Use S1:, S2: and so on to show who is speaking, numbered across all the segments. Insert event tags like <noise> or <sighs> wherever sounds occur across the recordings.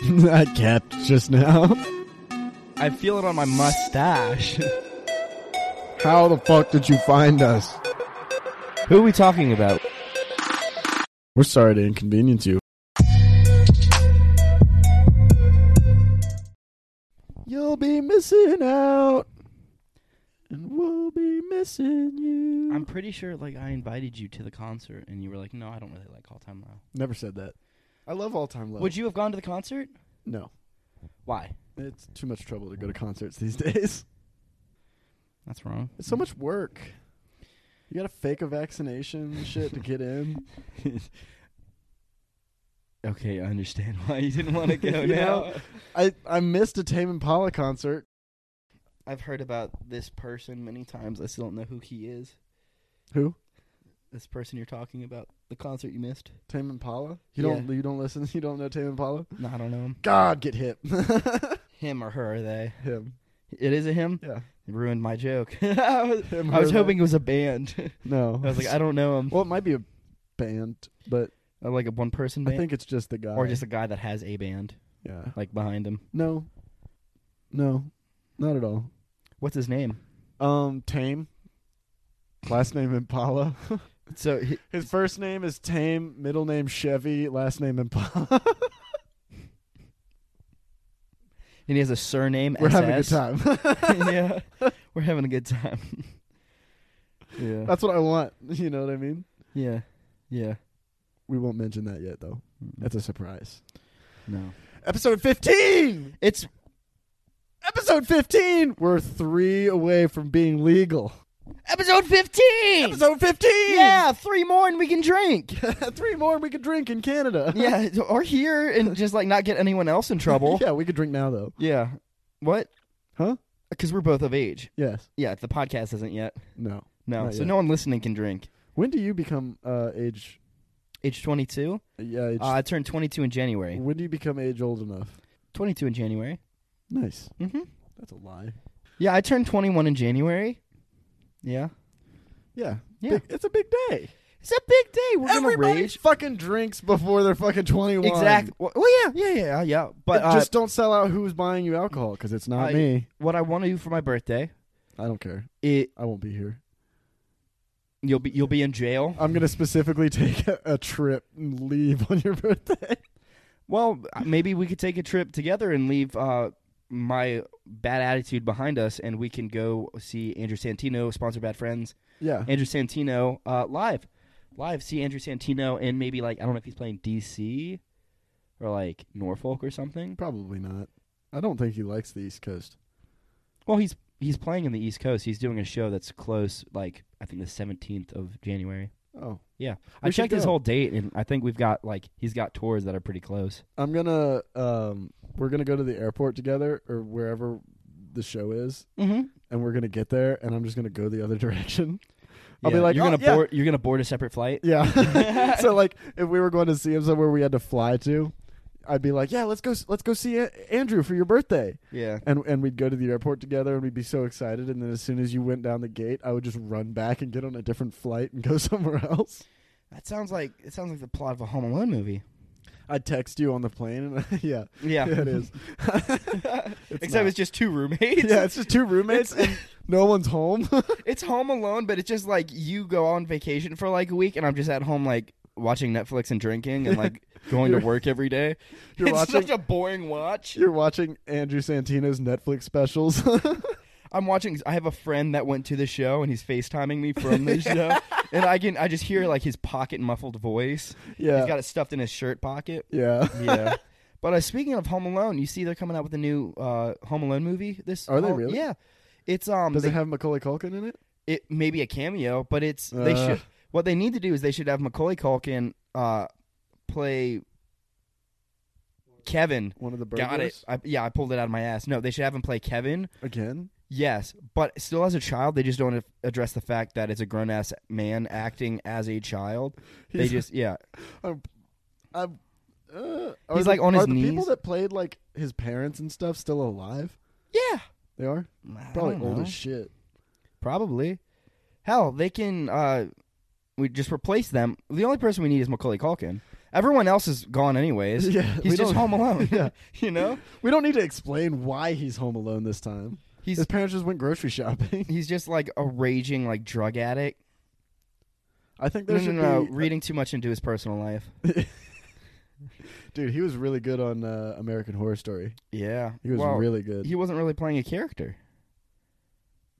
S1: <laughs> that kept just now. <laughs>
S2: I feel it on my mustache. <laughs>
S1: How the fuck did you find us?
S2: Who are we talking about?
S1: We're sorry to inconvenience you. You'll be missing out. And we'll be missing you.
S2: I'm pretty sure like I invited you to the concert and you were like, "No, I don't really like All Time Low."
S1: Never said that. I love all time low.
S2: Would you have gone to the concert?
S1: No.
S2: Why?
S1: It's too much trouble to go to concerts these <laughs> days.
S2: That's wrong.
S1: It's so much work. You gotta fake a vaccination and shit to get in.
S2: <laughs> okay, I understand why <laughs> you didn't want to go
S1: You
S2: now.
S1: I, I missed a Tame Impala concert.
S2: I've heard about this person many times. I still don't know who he is.
S1: Who?
S2: This person you're talking about, the concert you missed.
S1: Tame Impala? You don't you don't listen <laughs> you don't know Tame Impala?
S2: No, I don't know him.
S1: God get hit. <laughs>
S2: Him or her? Are they?
S1: Him.
S2: It is a him.
S1: Yeah.
S2: Ruined my joke. <laughs> I was,
S1: Him,
S2: I was
S1: her, they.
S2: hoping it was a band. <laughs>
S1: No.
S2: I was like, I don't know him.
S1: <laughs> Well it might be a band, but
S2: Uh, Like a one person
S1: I
S2: band,
S1: think uh, it's just the guy.
S2: or just a guy that has a band
S1: Yeah.
S2: like behind him.
S1: No. No. Not at all.
S2: What's his name?
S1: Um Tame. Last name Impala. <laughs>
S2: So he,
S1: His first name is Tame, middle name Chevy, last name Impala. <laughs>
S2: and he has a surname.
S1: We're having a good
S2: SS.
S1: time. <laughs>
S2: <laughs> yeah, we're having a good time. <laughs> yeah,
S1: That's what I want. You know what I mean?
S2: yeah, yeah.
S1: We won't mention that yet though.
S2: Hmm.
S1: That's a surprise.
S2: no.
S1: Episode 15.
S2: It's
S1: Episode 15. We're 3 away from being legal.
S2: episode fifteen.
S1: Episode 15.
S2: yeah, three more and we can drink.
S1: <laughs> Three more and we could drink in Canada.
S2: yeah, or here and just like not get anyone else in trouble.
S1: <laughs> yeah, we could drink now though.
S2: yeah. What?
S1: Huh?
S2: Because we're both of age.
S1: Yes.
S2: Yeah, the podcast isn't yet.
S1: No.
S2: No,
S1: Not
S2: so
S1: yet.
S2: no one listening can drink.
S1: When do you become uh age
S2: Age twenty two.
S1: yeah, age,
S2: Uh, I turned twenty two in January.
S1: when do you become age old enough?
S2: Twenty two in January.
S1: Nice.
S2: Mm-hmm.
S1: That's a lie.
S2: Yeah, I turned twenty one in January. Yeah.
S1: Yeah.
S2: Yeah.
S1: Big- it's a big day.
S2: It's a big day. We're
S1: Everybody
S2: gonna rage.
S1: fucking drinks before they're fucking 21.
S2: Exactly. Well, well, yeah, yeah, yeah, yeah. But
S1: And
S2: uh,
S1: just don't sell out who's buying you alcohol because it's not
S2: I-
S1: me.
S2: uh, what I want to do for my birthday,
S1: I don't care.
S2: it
S1: I won't be here.
S2: you'll be you'll be in jail.
S1: I'm gonna specifically <laughs> take a, a trip and leave on your birthday.
S2: Well, maybe we could take a trip together and leave uh, my bad attitude behind us, and we can go see Andrew Santino, sponsor Bad Friends.
S1: Yeah,
S2: Andrew Santino uh, live, live. See Andrew Santino, and maybe like I don't know if he's playing DC or like Norfolk or something.
S1: probably not. I don't think he likes the East Coast.
S2: Well, he's he's playing in the East Coast. He's doing a show that's close, like I think the seventeenth of January.
S1: Oh,
S2: I
S1: We should
S2: checked his
S1: go.
S2: whole date, and I think we've got like he's got tours that are pretty close.
S1: I'm gonna um, we're gonna go to the airport together or wherever the show is,
S2: Mm-hmm.
S1: and we're gonna get there, and I'm just gonna go the other <laughs> direction. I'll be
S2: Yeah,
S1: like,
S2: you're
S1: "Oh,
S2: gonna
S1: yeah."
S2: board, you're gonna board a separate flight.
S1: <laughs>
S2: <laughs>
S1: Yeah. so like, if we were going to see him somewhere we had to fly to, I'd be like, yeah, let's go, s- let's go see A- Andrew for your birthday.
S2: Yeah,
S1: and and we'd go to the airport together and we'd be so excited and then as soon as you went down the gate i would just run back and get on a different flight and go <laughs> somewhere else
S2: that sounds like it sounds like the plot of a Home Alone <laughs> movie.
S1: i'd text you on the plane and <laughs> yeah
S2: Yeah,
S1: yeah, it
S2: <laughs>
S1: is <laughs>
S2: Except
S1: not.
S2: it's just two
S1: <laughs>
S2: roommates.
S1: yeah it's just two roommates and
S2: <laughs>
S1: no one's home <laughs>
S2: It's Home Alone, but it's just like you go on vacation for like a week, and I'm just at home like watching Netflix and drinking
S1: <laughs>
S2: and like going to
S1: You're-
S2: work every day.
S1: <laughs> you're
S2: it's
S1: watching-
S2: such a boring watch.
S1: you're watching andrew santino's netflix specials <laughs>
S2: I'm watching. I have a friend that went to the show, and he's FaceTiming me from
S1: <laughs>
S2: the show, and I can I just hear like his pocket muffled voice.
S1: yeah
S2: He's got it stuffed in his shirt pocket.
S1: <laughs> yeah
S2: Yeah. but uh, speaking of Home Alone, you see they're coming out with a new uh, Home Alone movie. This
S1: Are they
S2: oh,
S1: really?
S2: Yeah. It's <laughs> um.
S1: does
S2: they-
S1: it have macaulay culkin in it
S2: it may be a cameo, but it's they
S1: Ugh.
S2: should. What they need to do is they should have Macaulay Culkin uh, play Kevin.
S1: one of the burglars
S2: Got it. I, yeah, I pulled it out of my ass. No, they should have him play Kevin.
S1: again
S2: Yes, but still as a child, they just don't a- address the fact that it's a grown ass man acting as a child. They
S1: He's-
S2: just yeah.
S1: I'm, uh, are
S2: He's,
S1: the-
S2: like, on his
S1: are the people
S2: knees.
S1: that played like his parents and stuff still alive
S2: Yeah.
S1: they are
S2: I
S1: probably
S2: don't
S1: old
S2: know.
S1: as shit
S2: Probably. Hell, they can uh we just replace them. The only person we need is Macaulay Culkin. Everyone else is gone anyways.
S1: <laughs> Yeah, we
S2: he's just
S1: don't-
S2: home <laughs> alone.
S1: <laughs> Yeah.
S2: you know,
S1: We don't need to explain why he's home alone this time.
S2: he's
S1: His parents just went grocery
S2: <laughs>
S1: shopping.
S2: he's just like a raging like drug addict.
S1: I think
S2: No,
S1: there
S2: no,
S1: should
S2: no,
S1: be
S2: reading too much into his personal life.
S1: uh, Dude, he was really good on uh, American Horror Story.
S2: Yeah,
S1: He was
S2: well,
S1: really good.
S2: he wasn't really playing a <laughs> character.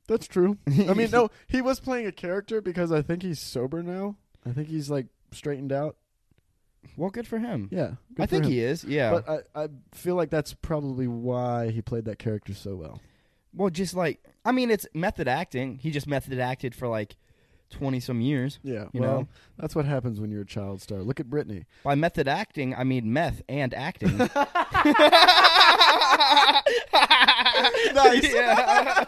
S1: That's true. I <laughs> mean, no, he was playing a character because I think he's sober now. I think he's like straightened out.
S2: <laughs> well, good for him. uh,
S1: Yeah, good
S2: I
S1: for
S2: think
S1: him.
S2: he is. Yeah.
S1: But I, I feel like that's probably why he played that character so well.
S2: well, just like I mean, it's method acting. He just method acted for like twenty some years.
S1: Yeah,
S2: You
S1: well,
S2: know?
S1: that's what happens when you're a child star. Look at <laughs> Britney.
S2: By method acting, I mean meth and acting. <laughs>
S1: Nice.
S2: <laughs> Yeah.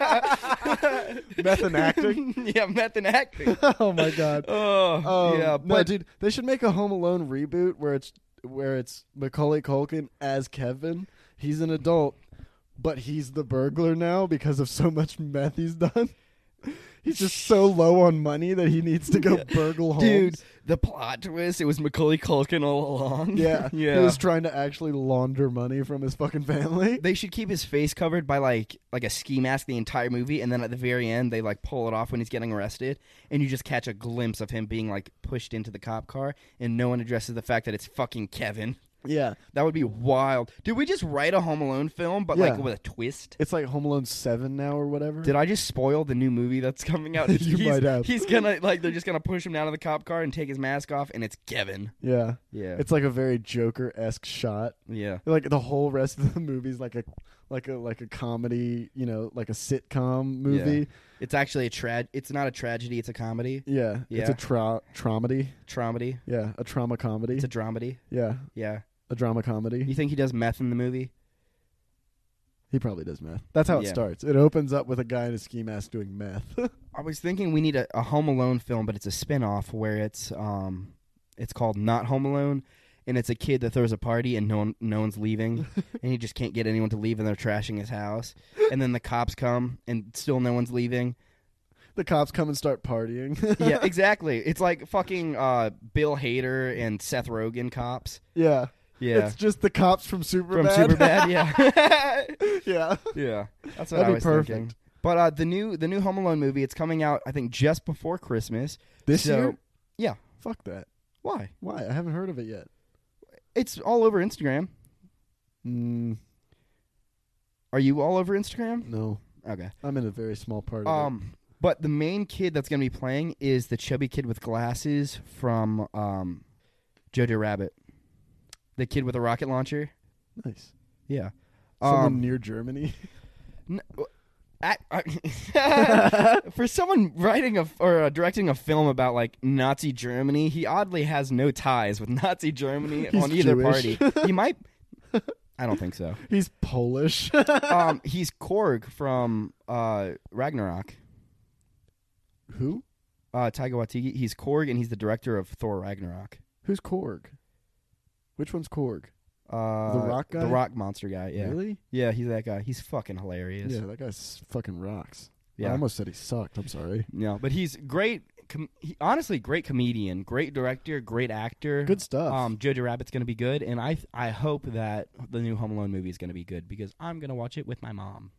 S1: Meth and acting?
S2: <laughs> yeah, meth and acting.
S1: <laughs> oh my god.
S2: Oh,
S1: Um,
S2: yeah,
S1: no,
S2: but
S1: dude, they should make a Home Alone reboot where it's where it's Macaulay Culkin as Kevin. He's an adult, but he's the burglar now because of so much meth he's done. <laughs> He's just so low on money that he needs to go burgle homes.
S2: dude, the plot twist—it was Macaulay Culkin all
S1: <laughs>
S2: along. <laughs>
S1: Yeah,
S2: yeah.
S1: He was trying to actually launder money from his fucking
S2: <laughs>
S1: family.
S2: they should keep his face covered by like like a ski mask the entire movie, and then at the very end they like pull it off when he's getting arrested, and you just catch a glimpse of him being like pushed into the cop car, and no one addresses the fact that it's fucking Kevin.
S1: Yeah,
S2: That would be wild. Did we just write a Home Alone film, but like
S1: Yeah.
S2: with a twist?
S1: it's like Home Alone Seven now or whatever.
S2: Did I just spoil the new movie that's coming <laughs> out?
S1: You
S2: he's,
S1: might have.
S2: He's gonna like they're just gonna push him down to the cop car and take his mask off, and it's Kevin.
S1: yeah,
S2: Yeah,
S1: it's like a very Joker esque shot.
S2: yeah.
S1: Like the whole rest of the <laughs> movie's like a like a like a comedy, you know, like a sitcom movie.
S2: It's actually a trad. It's not a tragedy. It's a comedy,
S1: Yeah, it's
S2: Yeah.
S1: a tra- traumedy.
S2: traumedy.
S1: Yeah, a trauma comedy.
S2: It's a dramedy.
S1: yeah,
S2: Yeah.
S1: a drama comedy.
S2: You think he does meth in the movie?
S1: He probably does meth. That's how it
S2: Yeah.
S1: starts. It opens up with a guy in a ski mask doing meth. <laughs>
S2: I was thinking we need a, a Home Alone film, but it's a spin-off where it's um it's called Not Home Alone and it's a kid that throws a party and no one, no one's <laughs> leaving and he just can't get anyone to leave and they're trashing his house and then the cops come and still no one's leaving.
S1: the cops come and start partying.
S2: Yeah, <laughs> exactly. It's like fucking uh Bill Hader and Seth Rogen cops.
S1: <laughs> yeah.
S2: Yeah.
S1: It's just the cops from Superbad.
S2: from <laughs> Superbad, yeah.
S1: <laughs> yeah.
S2: yeah. That's what
S1: That'd
S2: I
S1: be
S2: was
S1: perfect.
S2: thinking. But uh, the new the new Home Alone movie, it's coming out I think just before Christmas.
S1: This
S2: So-
S1: year?
S2: Yeah.
S1: Fuck that.
S2: Why?
S1: Why? I haven't heard of it yet.
S2: It's all over Instagram.
S1: Mm,
S2: Are you all over Instagram?
S1: no.
S2: Okay.
S1: I'm in a very small part of
S2: Um, but the main kid that's gonna be playing is the chubby kid with glasses from um, Jojo Rabbit, the kid with a rocket launcher.
S1: it. Nice.
S2: Yeah.
S1: Someone
S2: Um,
S1: near Germany. <laughs>
S2: n- I- I- <laughs> for someone writing a or uh, directing a film about like Nazi Germany, he oddly has no ties with <laughs> Nazi Germany
S1: He's
S2: on either
S1: Jewish.
S2: party.
S1: <laughs>
S2: He might. I don't think so.
S1: He's Polish.
S2: Um, he's Korg from uh, Ragnarok.
S1: Who?
S2: uh, Taika Waititi. He's Korg, and he's the director of Thor Ragnarok.
S1: Who's Korg? Which one's Korg?
S2: Uh,
S1: Rock guy?
S2: the Rock monster guy. Yeah,
S1: Really?
S2: yeah, he's that guy. He's fucking hilarious.
S1: Yeah, that guy s- fucking rocks. I
S2: yeah.
S1: almost said he sucked. I'm sorry.
S2: No, but he's great. Com- he, honestly, great comedian, great director, great actor.
S1: Good stuff.
S2: Um, Jojo Rabbit's gonna be good, and I I hope that the new Home Alone movie is gonna be good because I'm gonna watch it with my mom.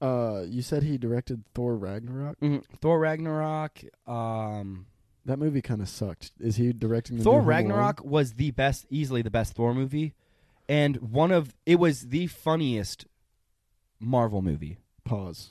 S1: uh, you said he directed Thor Ragnarok.
S2: Thor Ragnarok. Um,
S1: That movie kind of sucked. Is he directing the new
S2: Thor
S1: Home Alone?
S2: Ragnarok was the best, easily the best Thor movie, and one of it was the funniest Marvel movie.
S1: Pause.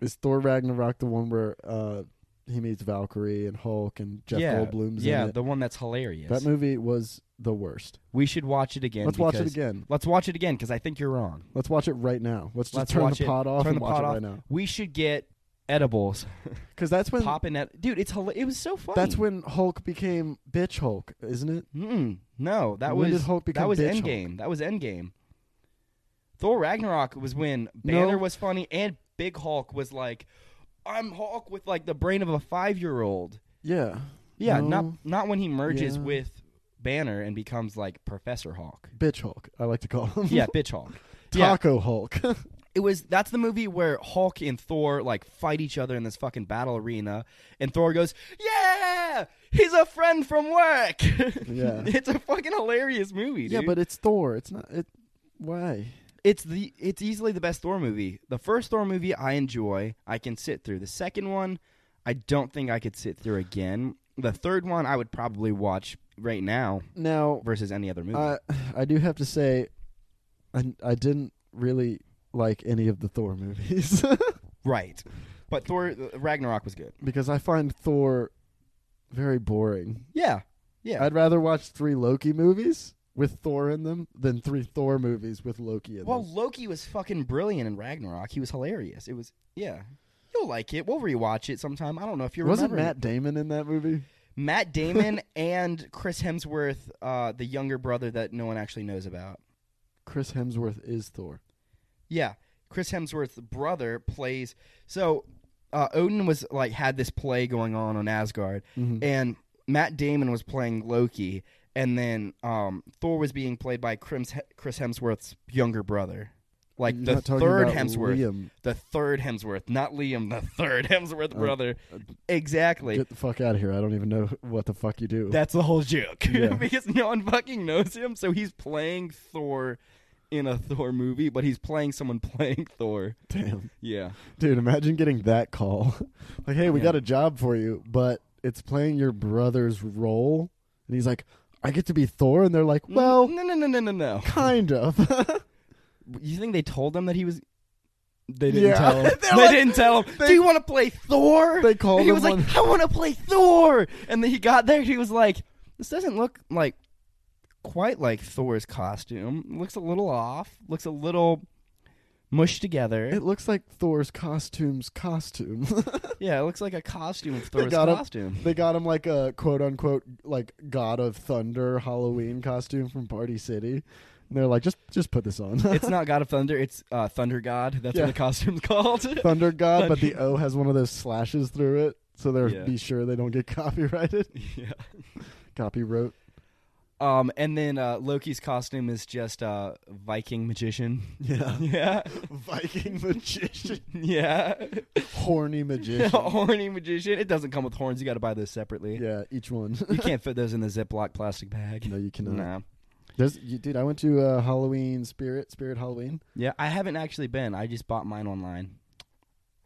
S1: Is Thor Ragnarok the one where uh, he meets Valkyrie and Hulk and Jeff Goldblum's
S2: yeah,
S1: in it?
S2: the one that's hilarious.
S1: that movie was the worst.
S2: we should watch it again.
S1: Let's watch it
S2: because-
S1: again.
S2: Let's watch it again because I think you're wrong.
S1: Let's watch it right now. Let's just
S2: Let's
S1: turn
S2: watch
S1: the
S2: it.
S1: pod off
S2: Turn
S1: and
S2: the
S1: watch
S2: pod
S1: it
S2: off.
S1: right now.
S2: We should get edibles, <laughs>
S1: Because that's when
S2: popping at dude. It's hila- it was so funny.
S1: that's when Hulk became bitch Hulk, isn't it?
S2: Mm-mm. no, that
S1: when
S2: was
S1: did Hulk become
S2: that was
S1: bitch
S2: Endgame. That was Endgame. Thor Ragnarok was when
S1: No.
S2: Banner was funny and Big Hulk was like, "I'm Hulk with like the brain of a five year old."
S1: Yeah.
S2: Yeah,
S1: No.
S2: not not when he merges
S1: Yeah.
S2: with Banner and becomes like Professor Hulk.
S1: Bitch Hulk, I like to call him. <laughs>
S2: Yeah, bitch Hulk. Yeah,
S1: Taco Hulk.
S2: it was that's the movie where Hulk and Thor like fight each other in this fucking battle arena, and Thor goes, "Yeah, He's a friend from work. <laughs>
S1: Yeah.
S2: it's a fucking hilarious movie.
S1: <laughs>
S2: Dude.
S1: Yeah, but it's Thor. It's not. It. Why?
S2: it's the it's easily the best Thor movie. The first Thor movie I enjoy, I can sit through. The second one, I don't think I could sit through again. The third one, I would probably watch right now
S1: Now,
S2: versus any other movie.
S1: I I do have to say, I I didn't really like any of the Thor movies <laughs>
S2: right, but Thor uh, Ragnarok was good.
S1: because I find Thor very boring.
S2: Yeah, yeah.
S1: I'd rather watch three Loki movies with Thor in them than three Thor movies with Loki in
S2: well,
S1: them.
S2: Loki was fucking brilliant in Ragnarok. He was hilarious. It was yeah. You'll like it. We'll rewatch it sometime. I don't know if you
S1: Wasn't
S2: remember it.
S1: Matt Damon in that movie?
S2: Matt Damon <laughs> and Chris Hemsworth, uh, the younger brother that no one actually knows about.
S1: Chris Hemsworth is Thor.
S2: Yeah, Chris Hemsworth's brother plays. So uh, Odin was like had this play going on on Asgard,
S1: Mhm.
S2: and Matt Damon was playing Loki, and then um, Thor was being played by Crims- Chris Hemsworth's younger brother, like
S1: I'm
S2: the
S1: not talking
S2: third
S1: about
S2: Hemsworth,
S1: Liam.
S2: the third Hemsworth, not Liam, the third Hemsworth
S1: Uh,
S2: brother.
S1: uh,
S2: exactly.
S1: Get the fuck out of here! I don't even know <laughs> what the fuck you do.
S2: That's the whole joke.
S1: Yeah.
S2: <laughs> because no one fucking knows him, so he's playing Thor in a Thor movie, but he's playing someone <laughs> playing Thor.
S1: <laughs> Damn.
S2: Yeah.
S1: Dude, imagine getting that call. <laughs> like, hey, we
S2: Yeah.
S1: got a job for you, but it's playing your brother's role. And he's like, I get to be Thor. And they're like,
S2: Mm,
S1: well,
S2: no, no, no, no, no, no.
S1: kind
S2: <laughs>
S1: of. <laughs>
S2: You think they told him that he was? They didn't
S1: Yeah.
S2: tell him.
S1: They're
S2: they
S1: like-
S2: didn't tell him. Do you want to play Thor?
S1: they called
S2: and he
S1: him
S2: was like,
S1: on-
S2: I want to play Thor. And then he got there. and He was like, this doesn't look like quite like Thor's costume. Looks a little off. Looks a little mushed together.
S1: <laughs> it looks like Thor's costume's costume. <laughs>
S2: yeah, it looks like a costume of
S1: They
S2: Thor's
S1: got him.
S2: costume.
S1: they got him like a quote unquote like God of Thunder Halloween costume from Party City. And they're like, just just put this on. <laughs>
S2: it's not God of Thunder. It's uh, Thunder God. That's
S1: Yeah.
S2: what the costume's <laughs> called.
S1: Thunder God, but the O has one of those slashes through it. So they're
S2: Yeah.
S1: be sure they don't get copyrighted. <laughs>
S2: yeah.
S1: Copyright.
S2: Um, and then uh, Loki's costume is just uh, Viking magician.
S1: Yeah.
S2: <laughs> Yeah.
S1: Viking <laughs> magician.
S2: Yeah.
S1: horny magician.
S2: <laughs> Horny magician. It doesn't come with horns. You got to buy those separately.
S1: yeah, each
S2: <laughs>
S1: one.
S2: You can't fit those in the Ziploc plastic bag.
S1: no, you cannot.
S2: Nah.
S1: There's, you, dude, I went to uh, Halloween Spirit, Spirit Halloween.
S2: Yeah, I haven't actually been. I just bought mine online.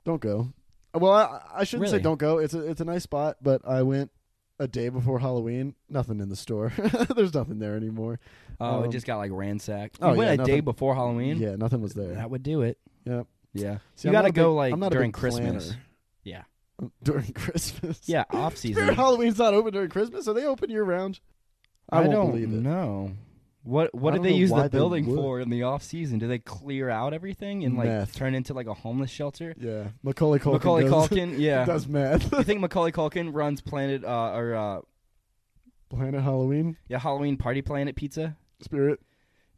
S1: Don't go. Uh, Well, I, I shouldn't say
S2: Really?
S1: don't go. It's a, it's a nice spot, but I went a day before Halloween. Nothing in the store. <laughs> There's nothing there anymore.
S2: Oh,
S1: Um,
S2: it just got like ransacked.
S1: oh,
S2: you went
S1: yeah,
S2: a day
S1: nothing-
S2: before Halloween.
S1: Yeah, nothing was there.
S2: That would do it.
S1: Yep.
S2: Yeah.
S1: See,
S2: you
S1: I'm
S2: got
S1: not
S2: to
S1: a
S2: go
S1: big-
S2: like
S1: I'm not a
S2: during
S1: big
S2: Christmas.
S1: planner.
S2: Yeah.
S1: <laughs> during Christmas.
S2: Yeah,
S1: <laughs>
S2: off season.
S1: Spirit Halloween's not open during Christmas. Are they open year round? I, won't
S2: don't
S1: believe it.
S2: know. What what
S1: I
S2: do
S1: don't
S2: they
S1: know
S2: use
S1: why
S2: the
S1: they
S2: building
S1: would.
S2: for in the off season? Do they clear out everything and like
S1: Meth.
S2: turn into like a homeless shelter?
S1: Yeah, Macaulay Culkin.
S2: Macaulay
S1: does, <laughs>
S2: Culkin, yeah.
S1: does math.
S2: you think Macaulay Culkin runs Planet uh, or uh,
S1: <laughs> Planet Halloween
S2: yeah Halloween Party Planet Pizza?
S1: Spirit.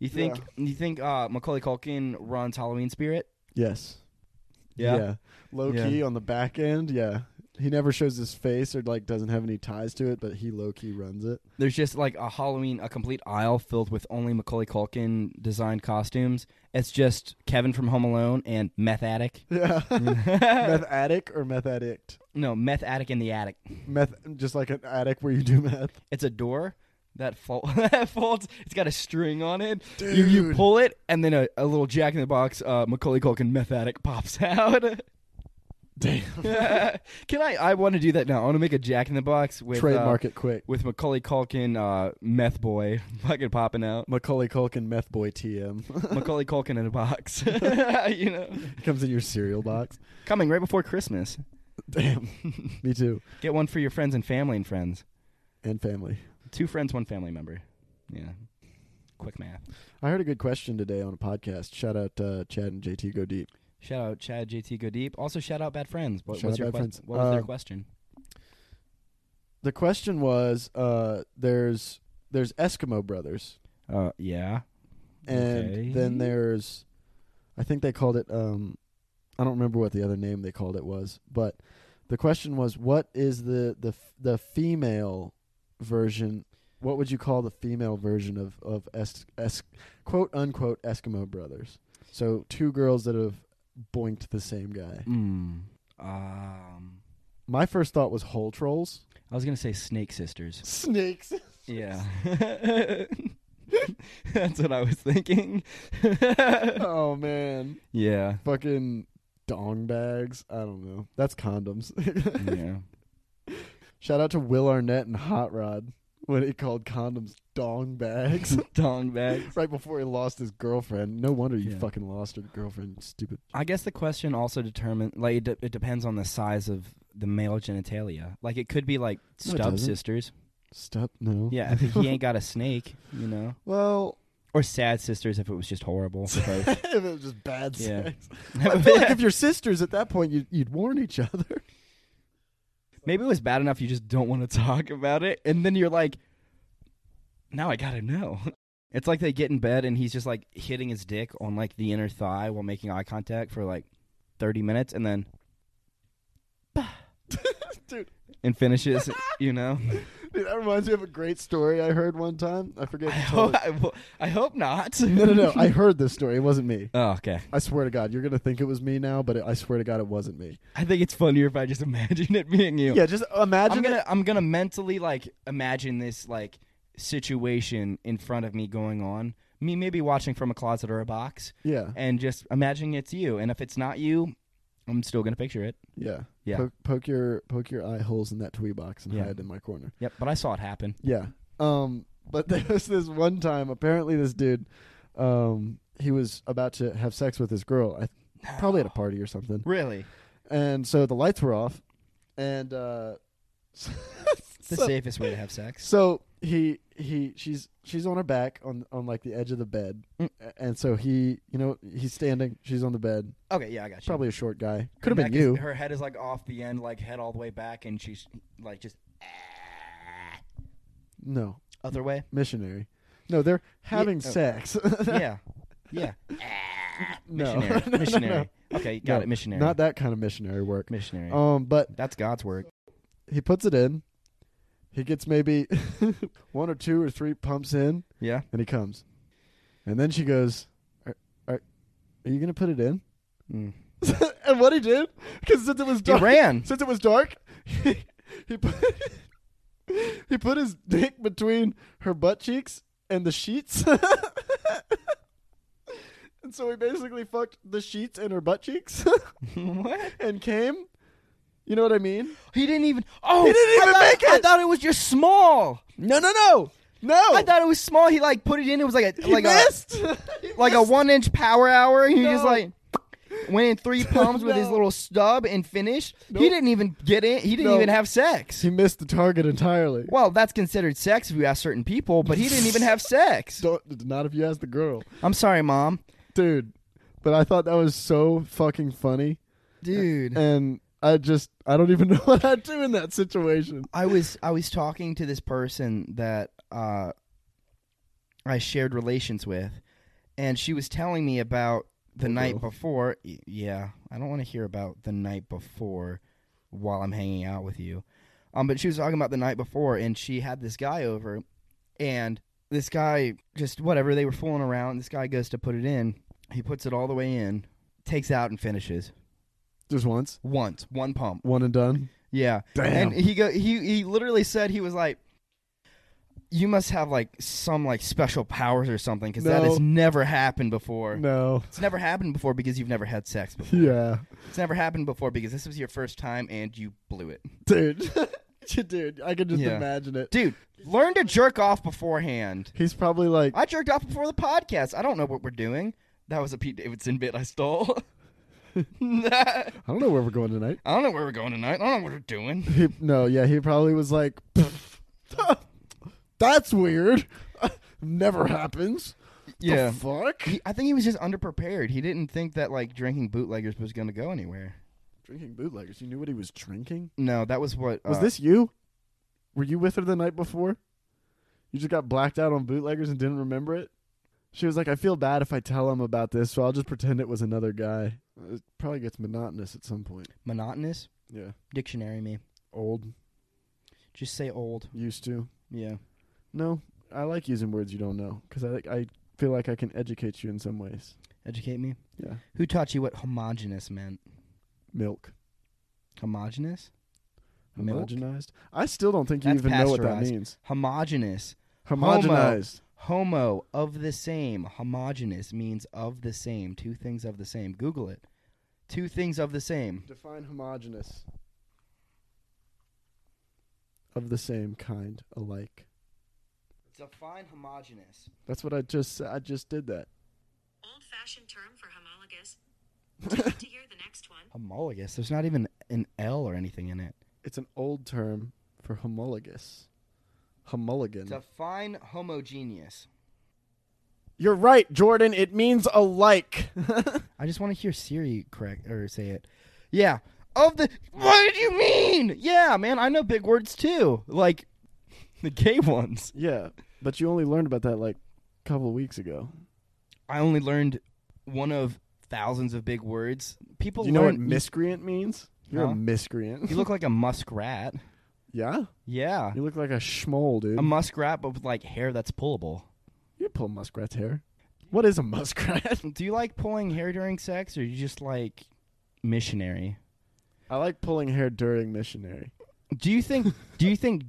S2: You think you think uh, Macaulay Culkin runs Halloween Spirit?
S1: Yes. Low
S2: Yeah.
S1: key on the back end, yeah. He never shows his face or like doesn't have any ties to it, but he low key runs it. <laughs>
S2: There's just like a Halloween, a complete aisle filled with only Macaulay Culkin designed costumes. It's just Kevin from Home Alone and Meth Addict. <laughs>
S1: Yeah. meth addict or meth addict?
S2: no, Meth Addict in the attic.
S1: Meth just like an attic where you do meth.
S2: It's a door that, fol- <laughs> that folds. It's got a string on it. You, you
S1: Dude.
S2: pull it, and then a, a little Jack in the Box uh, Macaulay Culkin meth addict pops <laughs> out.
S1: <laughs> Damn.
S2: <laughs> Can I? I want to do that now. I want to make a Jack in the Box with uh,
S1: Trademark it quick.
S2: with Macaulay Culkin uh, meth boy <laughs> fucking
S1: <laughs>
S2: popping out.
S1: Macaulay Culkin meth boy TM.
S2: Macaulay Culkin in a box. <laughs> you know,
S1: <laughs> Comes in your cereal box.
S2: coming right before Christmas.
S1: Damn. <laughs> Me too.
S2: Get one for your friends and family and friends.
S1: And family.
S2: Two friends, one family member. Yeah. Quick math.
S1: I heard a good question today on a podcast. Shout out uh, Chad and JT Go Deep.
S2: Shout out Chad JT Go Deep. Also shout out Bad Friends. What
S1: Shout
S2: was
S1: out
S2: your
S1: Bad
S2: quest-
S1: Friends.
S2: What was their
S1: Uh,
S2: question?
S1: The question was uh, there's there's Eskimo brothers.
S2: Uh, yeah.
S1: and
S2: Okay.
S1: then there's i think they called it um i don't remember what the other name they called it was but the question was what is the the f- the female version what would you call the female version of of es, es, quote unquote eskimo brothers so two girls that have boinked the same guy
S2: Mm. Um.
S1: my first thought was hole trolls
S2: I was gonna say Snake Sisters.
S1: <laughs> Snakes.
S2: Yeah. <laughs> That's what I was thinking. <laughs>
S1: oh man.
S2: yeah.
S1: Fucking dong bags. I don't know. That's condoms. <laughs>
S2: Yeah.
S1: Shout out to Will Arnett and Hot Rod when he called condoms dong
S2: <laughs>
S1: bags
S2: Dong bags.
S1: right before he lost his girlfriend. No wonder you
S2: Yeah.
S1: fucking lost your girlfriend, stupid.
S2: I guess the question also determines like it, de- it depends on the size of the male genitalia. Like it could be like
S1: No, it
S2: stub
S1: doesn't.
S2: sisters.
S1: Step no.
S2: Yeah, if he ain't got a snake, you know,
S1: <laughs> Well, <laughs>
S2: or sad sisters if it was just <laughs> horrible. Both.
S1: if it was just bad
S2: Yeah.
S1: sex.
S2: <laughs>
S1: I feel like if you're sisters at that point, you'd, you'd warn each other. <laughs>
S2: Maybe it was bad enough you just don't want to talk about it, and then you're like, now I gotta know. <laughs> It's like they get in bed and he's just like hitting his dick on like the inner thigh while making eye contact for like thirty minutes, and then
S1: Dude.
S2: and finishes.
S1: <laughs>
S2: you know,
S1: Dude, that reminds me of a great story I heard one time. I forget.
S2: I
S1: who told
S2: hope I, wo- I hope not.
S1: it. No, no, no.
S2: <laughs>
S1: I heard this story. It wasn't me.
S2: Oh, okay.
S1: I swear to God, you're gonna think it was me now, but it, I swear to God, it wasn't me.
S2: I think it's funnier if I just <laughs> imagine it being you.
S1: Yeah, just imagine.
S2: I'm
S1: it-
S2: gonna I'm gonna mentally like imagine this like situation in front of me going on. Me maybe watching from a closet or a box
S1: Yeah,
S2: and just imagining it's you. And if it's not you, I'm still gonna picture it.
S1: yeah,
S2: Yeah.
S1: Poke, poke your poke your eye holes in that twee box and
S2: Yeah.
S1: hide in my corner.
S2: Yep. But I saw it happen.
S1: Yeah. Um. But <laughs> there was this one time. Apparently, this dude, um, he was about to have sex with this girl. I probably at a party or something.
S2: Really?
S1: And so the lights were off, and uh, <laughs>
S2: The
S1: so-
S2: safest way to have sex.
S1: So he he she's she's on her back on on like the edge of the bed,
S2: Mm.
S1: A- and so he you know he's standing. She's on the bed.
S2: Okay, yeah, I got you.
S1: Probably a short guy.
S2: Her
S1: Could have been
S2: neck is-
S1: you.
S2: her head is like off the end, like head all the way back, and she's like <laughs> just
S1: No
S2: other way.
S1: missionary. No, they're having
S2: oh.
S1: sex. <laughs>
S2: yeah. <laughs> Yeah.
S1: No.
S2: Missionary.
S1: <laughs> No, no,
S2: missionary. Okay, got
S1: No,
S2: it. Missionary.
S1: Not that kind of missionary work.
S2: missionary.
S1: Um, but
S2: That's God's work.
S1: he puts it in. He gets maybe <laughs> one or two or three pumps in,
S2: Yeah.
S1: and he comes. And then she goes, "Are, are, are you gonna put it in?"
S2: Mm.
S1: <laughs> and what he did, because since it was
S2: He
S1: dark,
S2: ran.
S1: <laughs> since it was dark, he, put <laughs> he put his dick between her butt cheeks and the sheets. <laughs> and so he basically fucked the sheets and her butt cheeks
S2: <laughs>
S1: <laughs>
S2: what?
S1: and came. You know what I mean?
S2: He didn't even. Oh,
S1: He didn't
S2: I
S1: even
S2: thought-
S1: make
S2: I
S1: it!
S2: thought it was just small.
S1: No, no, no. No.
S2: I thought it was small. He like put it in. It was like a
S1: he
S2: like
S1: missed. <laughs>
S2: a like a one inch power hour. He just
S1: No.
S2: like went in
S1: <laughs>
S2: three pumps with his
S1: No.
S2: little stub and finished.
S1: Nope.
S2: He didn't even get in. He didn't
S1: No.
S2: even have sex.
S1: He missed the target entirely.
S2: Well, that's considered sex if you ask certain people, but he didn't even have sex.
S1: Don't, not if you ask the girl,
S2: I'm sorry, mom.
S1: dude. But I thought that was so fucking funny,
S2: Dude.
S1: and I just I don't even <laughs> know what I'd do in that situation.
S2: I was I was talking to this person that uh, I shared relations with, and she was telling me about the
S1: Oh,
S2: night
S1: no.
S2: before. Y- Yeah, I don't want to hear about the night before while I'm hanging out with you. Um, but she was talking about the night before, and she had this guy over, and this guy just whatever they were fooling around. This guy goes to put it in. He puts it all the way in, takes out and finishes
S1: Just once,
S2: once, one pump.
S1: one and done.
S2: Yeah.
S1: Damn.
S2: And he go he he literally said he was like you must have like some like special powers or something cuz that
S1: No.
S2: has never happened before.
S1: no.
S2: It's never happened before because you've never had sex before.
S1: Yeah,
S2: It's never happened before because this was your first time and you blew it.
S1: dude. <laughs> dude, I can just
S2: Yeah.
S1: imagine it.
S2: Dude, learn to jerk off beforehand.
S1: He's probably like,
S2: I jerked off before the podcast. I don't know what we're doing. That was a Pete Davidson bit I stole. <laughs> I
S1: I don't know where we're going tonight.
S2: don't know where we're going tonight. I don't know what we're doing.
S1: He, no, yeah, he probably was like, <laughs> "Pff, that's weird. <laughs> Never happens.
S2: Yeah.
S1: The fuck.
S2: He, I think he was just underprepared. He didn't think that like drinking bootleggers was going to go anywhere.
S1: Drinking bootleggers. You knew what he was drinking?
S2: No, that was what
S1: Was
S2: uh,
S1: this you? Were you with her the night before? You just got blacked out on bootleggers and didn't remember it? She was like, I feel bad if I tell him about this, so I'll just pretend it was another guy. It probably gets monotonous at some point.
S2: monotonous
S1: Yeah.
S2: dictionary. Me
S1: Old.
S2: just say old.
S1: Used to.
S2: Yeah,
S1: No, I like using words you don't know because I, I feel like I can educate you in some ways.
S2: educate me.
S1: Yeah.
S2: Who taught you what homogenous meant?
S1: Milk.
S2: Homogenous? Milk?
S1: Homogenized. I still don't think you
S2: That's
S1: even know what that
S2: pasteurized. uh,
S1: means.
S2: Homogenous.
S1: Homogenized.
S2: Homo of the same. Homogenous means of the same. Two things of the same. Google it. Two things of the same.
S1: Define homogenous. Of the same kind, alike.
S2: Define homogenous.
S1: That's what I just sa- I just did that. <laughs>
S3: Old fashioned term for homologous. Do you want to hear the next one?
S2: Homologous. There's not even an L or anything in it.
S1: It's an old term for homologous. Homologan.
S2: Define homogeneous.
S1: You're right, Jordan. It means
S2: <laughs>
S1: alike.
S2: I just want to hear Siri correct or say it. Yeah. Of the What did you mean? Yeah, man, I know big words too. Like the gay ones.
S1: yeah, but you only learned about that like a couple of weeks ago.
S2: I only learned one of thousands of big words. People
S1: Do you know what
S2: learn-
S1: miscreant means? You're
S2: Huh?
S1: a miscreant.
S2: <laughs> You look like a muskrat.
S1: yeah?
S2: Yeah.
S1: You look like a schmoll, dude.
S2: A muskrat but with like hair that's pullable.
S1: you pull muskrat's hair. What is a muskrat? <laughs>
S2: Do you like pulling hair during sex or you just like missionary?
S1: I like pulling hair during missionary.
S2: Do you think? Do you think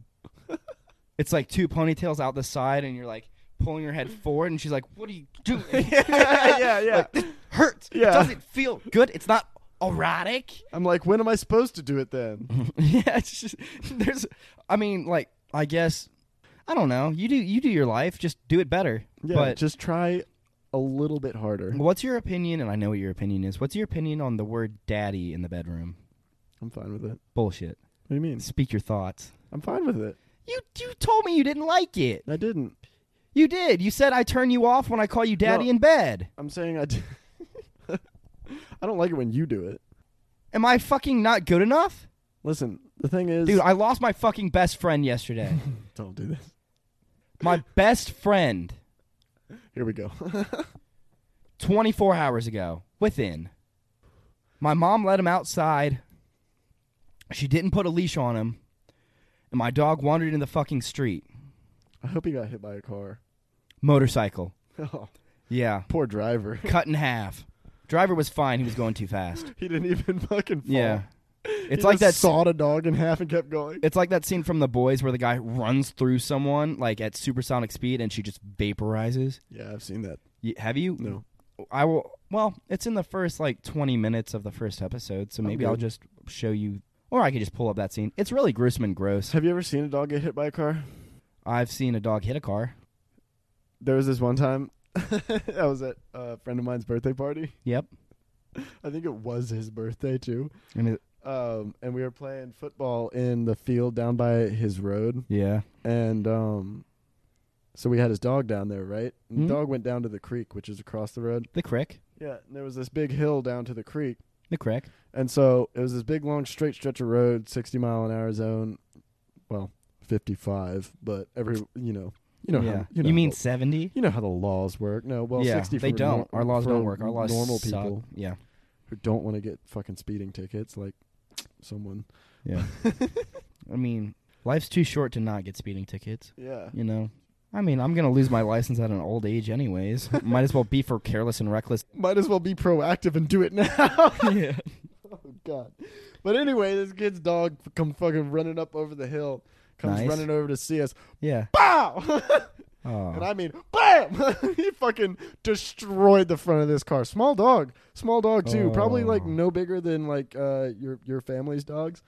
S2: <laughs> it's like two ponytails out the side, and you're like pulling her head forward, and she's like, "What are you <laughs> doing?
S1: yeah, yeah.
S2: Like, this hurts.
S1: Yeah.
S2: It doesn't feel good. It's not erotic. <laughs>
S1: I'm like, when am I supposed to do it then?
S2: yeah, it's just there's. I mean, like, I guess I don't know. You do you do your life. Just do it better.
S1: Yeah,
S2: but
S1: just try a little bit harder.
S2: what's your opinion? And I know what your opinion is. What's your opinion on the word "daddy" in the bedroom?
S1: I'm fine with it. What
S2: Bullshit.
S1: do you mean?
S2: Speak your thoughts.
S1: I'm fine with it.
S2: You you told me you didn't like it.
S1: I didn't.
S2: You did. You said I turn you off when I call you daddy
S1: No.
S2: in bed.
S1: I'm saying I. D- <laughs> I don't like it when you do it.
S2: Am I fucking not good enough?
S1: Listen, the thing is,
S2: Dude, I lost my fucking best friend yesterday.
S1: <laughs> don't do this.
S2: my best friend
S1: Here we go. <laughs>
S2: 24 hours ago, within. My mom let him outside. She didn't put a leash on him. And my dog wandered in the fucking street.
S1: I hope he got hit by a car. <laughs>
S2: Motorcycle.
S1: Oh,
S2: Yeah.
S1: poor driver. <laughs>
S2: Cut in half. Driver was fine. He was going too fast.
S1: He didn't even fucking fall. <laughs>
S2: Yeah. It's
S1: He
S2: like that
S1: just sawed a dog in half and kept going.
S2: It's like that scene from The Boys where the guy runs through someone like at supersonic speed and she just vaporizes.
S1: Yeah, I've seen that.
S2: Y- have you?
S1: No.
S2: I will. Well, it's in the first like 20 minutes of the first episode, so maybe I'll
S1: good.
S2: just show you, or I could just pull up that scene. It's really gruesome and gross.
S1: Have you ever seen a dog get hit by a car?
S2: I've seen a dog hit a car.
S1: There was this one time. <laughs> I was at a friend of mine's birthday party.
S2: Yep.
S1: I think it was his birthday too.
S2: And it,
S1: um, and we were playing football in the field down by his road,
S2: yeah.
S1: and um, so we had his dog down there, right? And
S2: Mhm.
S1: The dog went down to the creek, which is across the road.
S2: The crick.
S1: Yeah, and there was this big hill down to the creek,
S2: The crick.
S1: and so it was this big, long, straight stretch of road, sixty mile an hour zone. Well, fifty-five, but every you know, you know,
S2: yeah.
S1: how,
S2: you,
S1: know
S2: mean
S1: how,
S2: 70?
S1: you know how the laws work? No, well,
S2: yeah.
S1: sixty.
S2: they
S1: for
S2: don't.
S1: nor-
S2: Our laws
S1: for
S2: don't work. Our laws
S1: normal
S2: suck.
S1: people
S2: Yeah.
S1: who don't want to get fucking speeding tickets, like someone.
S2: Yeah. I mean, life's too short to not get speeding tickets.
S1: Yeah.
S2: you know. I mean, I'm gonna lose my license at an old age, anyways. <laughs> Might as well be for careless
S1: <laughs>
S2: and reckless.
S1: might as well be proactive and do it <laughs> now.
S2: yeah.
S1: <laughs> oh God. But anyway, this kid's dog f- come fucking running up over the hill, comes
S2: Nice.
S1: running over to see us.
S2: Yeah.
S1: Bow! <laughs> and
S2: Oh.
S1: I mean, bam! <laughs> he fucking destroyed the front of this car. Small dog, small dog too. Probably like
S2: Oh.
S1: no bigger than like uh, your your family's dogs.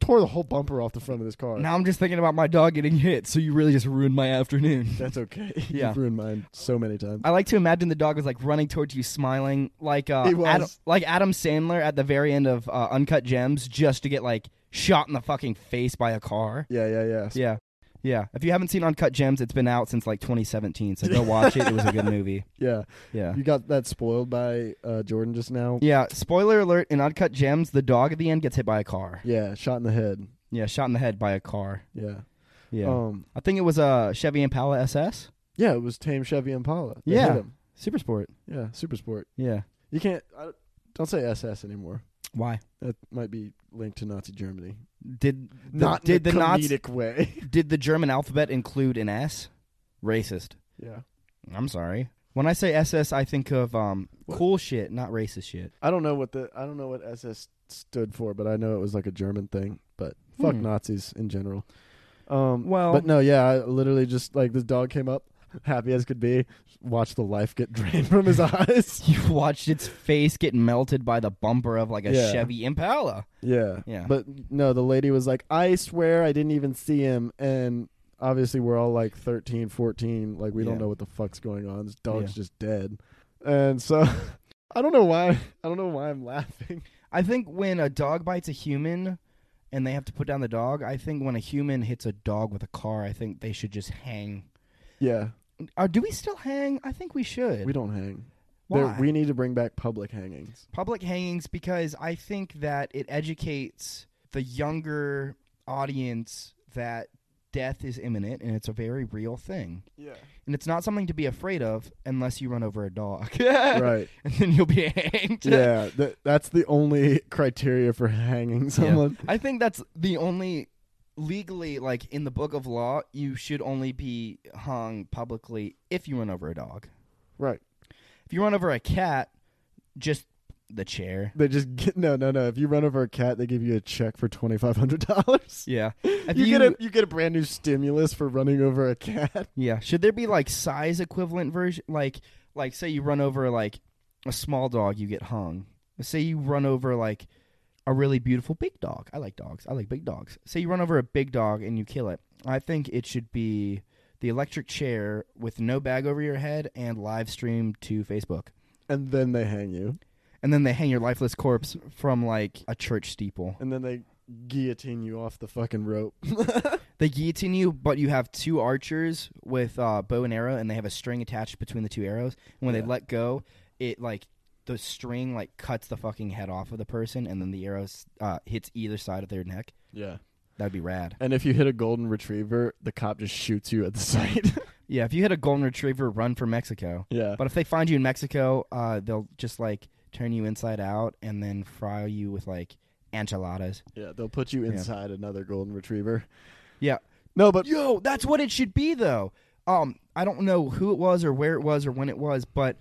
S1: Tore the whole bumper off the front of this car.
S2: Now I'm just thinking about my dog getting hit. So you really just ruined my
S1: <laughs>
S2: afternoon.
S1: That's okay.
S2: Yeah.
S1: You've ruined mine so many times.
S2: I like to imagine the dog was like running towards you, smiling, like uh,
S1: He was.
S2: Adam, like Adam Sandler at the very end of uh, Uncut Gems, just to get like shot in the fucking face by a car.
S1: Yeah, yeah, yeah.
S2: Yeah. Yeah. If you haven't seen Uncut Gems, it's been out since like 2017. So go watch it. It was a
S1: <laughs>
S2: good movie.
S1: Yeah.
S2: Yeah.
S1: You got that spoiled by uh, Jordan just now.
S2: Yeah. Spoiler alert: In Uncut Gems, the dog at the end gets hit by a car.
S1: Yeah, shot in the head.
S2: Yeah, shot in the head by a car.
S1: Yeah.
S2: Yeah.
S1: Um,
S2: I think it was a Chevy Impala SS.
S1: yeah, it was Tame Chevy Impala. They
S2: Yeah.
S1: hit him.
S2: Super Sport.
S1: yeah, super sport.
S2: Yeah.
S1: You can't. I, don't- don't say SS anymore.
S2: Why?
S1: That might be linked to Nazi Germany.
S2: Did the,
S1: Not
S2: did
S1: in a
S2: the Nazi,
S1: comedic way. <laughs>
S2: did the German alphabet include an S? Racist.
S1: yeah,
S2: I'm sorry. When I say SS, I think of um,
S1: What?
S2: cool shit, not racist shit.
S1: I don't know what the I don't know what SS stood for, but I know it was like a German thing. But fuck
S2: Hmm.
S1: Nazis in general. Um,
S2: Well-
S1: but no, yeah, I literally just like this dog came up, <laughs> happy as could be, watched the life get drained from his <laughs> eyes.
S2: <laughs> You watched its face get melted by the bumper of like a
S1: Yeah.
S2: Chevy Impala.
S1: Yeah,
S2: Yeah.
S1: But no, the lady was like, "I swear I didn't even see him," and obviously we're all like 13, 14, like we
S2: Yeah.
S1: don't know what the fuck's going on. This dog's just dead, and so <laughs> I don't know why. I don't know why I'm laughing.
S2: I think when a dog bites a human and they have to put down the dog, I think when a human hits a dog with a car, I think they should just hang.
S1: Yeah,
S2: Or do we still hang? I think we
S1: <laughs>
S2: should.
S1: we don't hang. There-
S2: Why?
S1: we need to bring back public hangings.
S2: Public hangings because I think that it educates the younger audience that death is imminent and it's a very real thing. <laughs>
S1: Yeah.
S2: And it's not something to be afraid of unless you run over a dog. <laughs>
S1: Right.
S2: and then you'll be <laughs> hanged.
S1: yeah. Th- that's the only criteria for hanging someone.
S2: I think that's the only legally like in the book of law you should only be hung publicly if you run over a dog.
S1: Right.
S2: If you run over a cat, just the chair.
S1: They just get no, no, no. If you run over a cat, they give you a check for twenty five hundred dollars.
S2: Yeah. If
S1: You, get a you get a brand new stimulus for running over a cat. <laughs>
S2: Yeah. Should there be like size equivalent version? Like, like say you run over like a small dog, you get hung. Say you run over like a really beautiful big dog. I like dogs. I like big dogs. Say you run over a big dog and you kill it. I think it should be the electric chair with no bag over your head and live stream to Facebook.
S1: and then they hang you,
S2: And then they hang your lifeless corpse from like a church steeple.
S1: and then they guillotine you off the fucking rope.
S2: They guillotine you, but you have two archers with uh, bow and arrow, and they have a string attached between the two arrows. And when they
S1: Yeah.
S2: let go, it like the string like cuts the fucking head off of the person, and then the arrow uh, hits either side of their neck.
S1: <laughs> Yeah,
S2: That'd be rad.
S1: and if you hit a golden retriever, the cop just shoots you at the <laughs> site.
S2: Yeah, if you hit a golden retriever, run for Mexico.
S1: yeah,
S2: But if they find you in Mexico, uh, they'll just like turn you inside out and then fry you with like enchiladas.
S1: <laughs> yeah, they'll put you inside another golden retriever.
S2: Yeah.
S1: No, but
S2: Yo, that's what it should be though. Um, I don't know who it was or where it was or when it was, but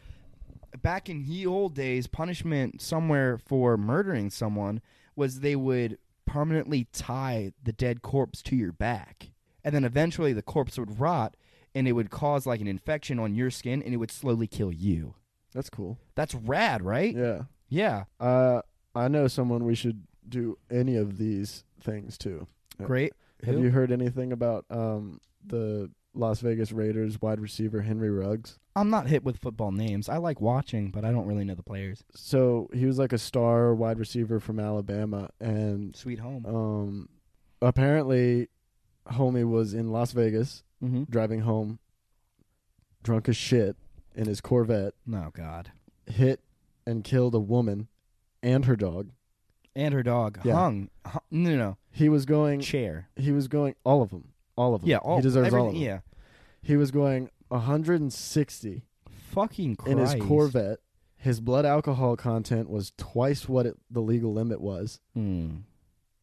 S2: back in ye old days, punishment somewhere for murdering someone was they would permanently tie the dead corpse to your back. And then eventually the corpse would rot and it would cause like an infection on your skin and it would slowly kill you.
S1: that's <laughs> cool.
S2: That's rad, right?
S1: Yeah,
S2: Yeah.
S1: uh, I know someone we should do any of these things to. Yeah.
S2: Great.
S1: Uh, Have
S2: Who?
S1: you heard anything about um, the Las Vegas Raiders wide receiver Henry Ruggs?
S2: I'm not hit with football names. I like watching, but I don't really know the players.
S1: So he was like a star wide receiver from Alabama, and
S2: Sweet home.
S1: um, apparently, homie was in Las Vegas
S2: Mm-hmm.
S1: driving home, drunk as shit, in his Corvette,
S2: No, Oh, God.
S1: hit and killed a woman and her dog.
S2: and her dog
S1: Yeah.
S2: hung. Hu- No, no,
S1: He was
S2: no.
S1: going.
S2: chair.
S1: He was going. All of them. All of them.
S2: Yeah, all,
S1: he deserves all of
S2: everything-
S1: them.
S2: Yeah,
S1: He was going 160
S2: fucking Christ.
S1: in his Corvette. His blood alcohol content was twice what it, the legal limit was,
S2: Mm.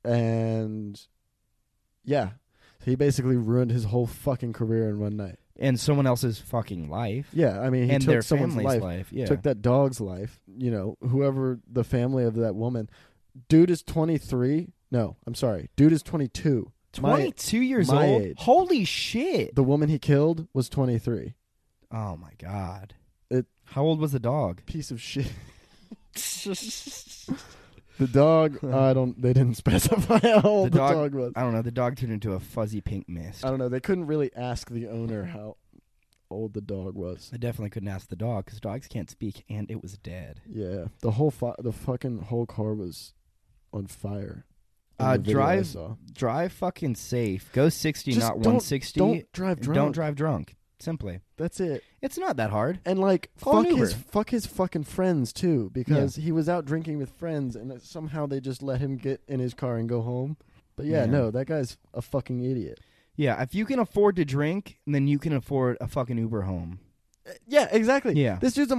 S1: and yeah, he basically ruined his whole fucking career in one night.
S2: and someone else's fucking life,
S1: Yeah, I mean, he
S2: and
S1: took
S2: their
S1: someone's
S2: family's
S1: life,
S2: life. Yeah,
S1: took that dog's life. You know, whoever the family of that woman. Dude is twenty three. No, I'm sorry. Dude is twenty two. My,
S2: twenty-two years
S1: my
S2: old.
S1: age.
S2: Holy shit!
S1: the woman he killed was twenty three.
S2: oh my god.
S1: It-
S2: How old was
S1: <laughs>
S2: the dog?
S1: Piece of shit. The
S2: <laughs>
S1: dog. I don't. They didn't specify how old the,
S2: dog-
S1: dog, was.
S2: I don't know. The dog turned into a fuzzy pink mist.
S1: I don't know. They couldn't really ask the owner how old the dog was.
S2: I definitely couldn't ask the dog because dogs can't speak, and it was dead.
S1: Yeah, the whole fi- the fucking whole car was on fire. in
S2: Uh,
S1: the video I
S2: drive-
S1: saw.
S2: Drive fucking safe. Go sixty,
S1: Just
S2: not
S1: don't-
S2: one sixty.
S1: Don't drive drunk.
S2: Don't drive drunk. Simply,
S1: That's it.
S2: it's not that hard.
S1: And like
S2: Call an
S1: fuck his
S2: Uber.
S1: fuck his fucking friends too because he was out drinking with friends and that somehow they just let him get in his car and go home. But yeah,
S2: Yeah.
S1: no, that guy's a fucking idiot.
S2: Yeah, if you can afford to drink, then you can afford a fucking Uber home.
S1: Uh, Yeah, exactly.
S2: Yeah.
S1: This dude's a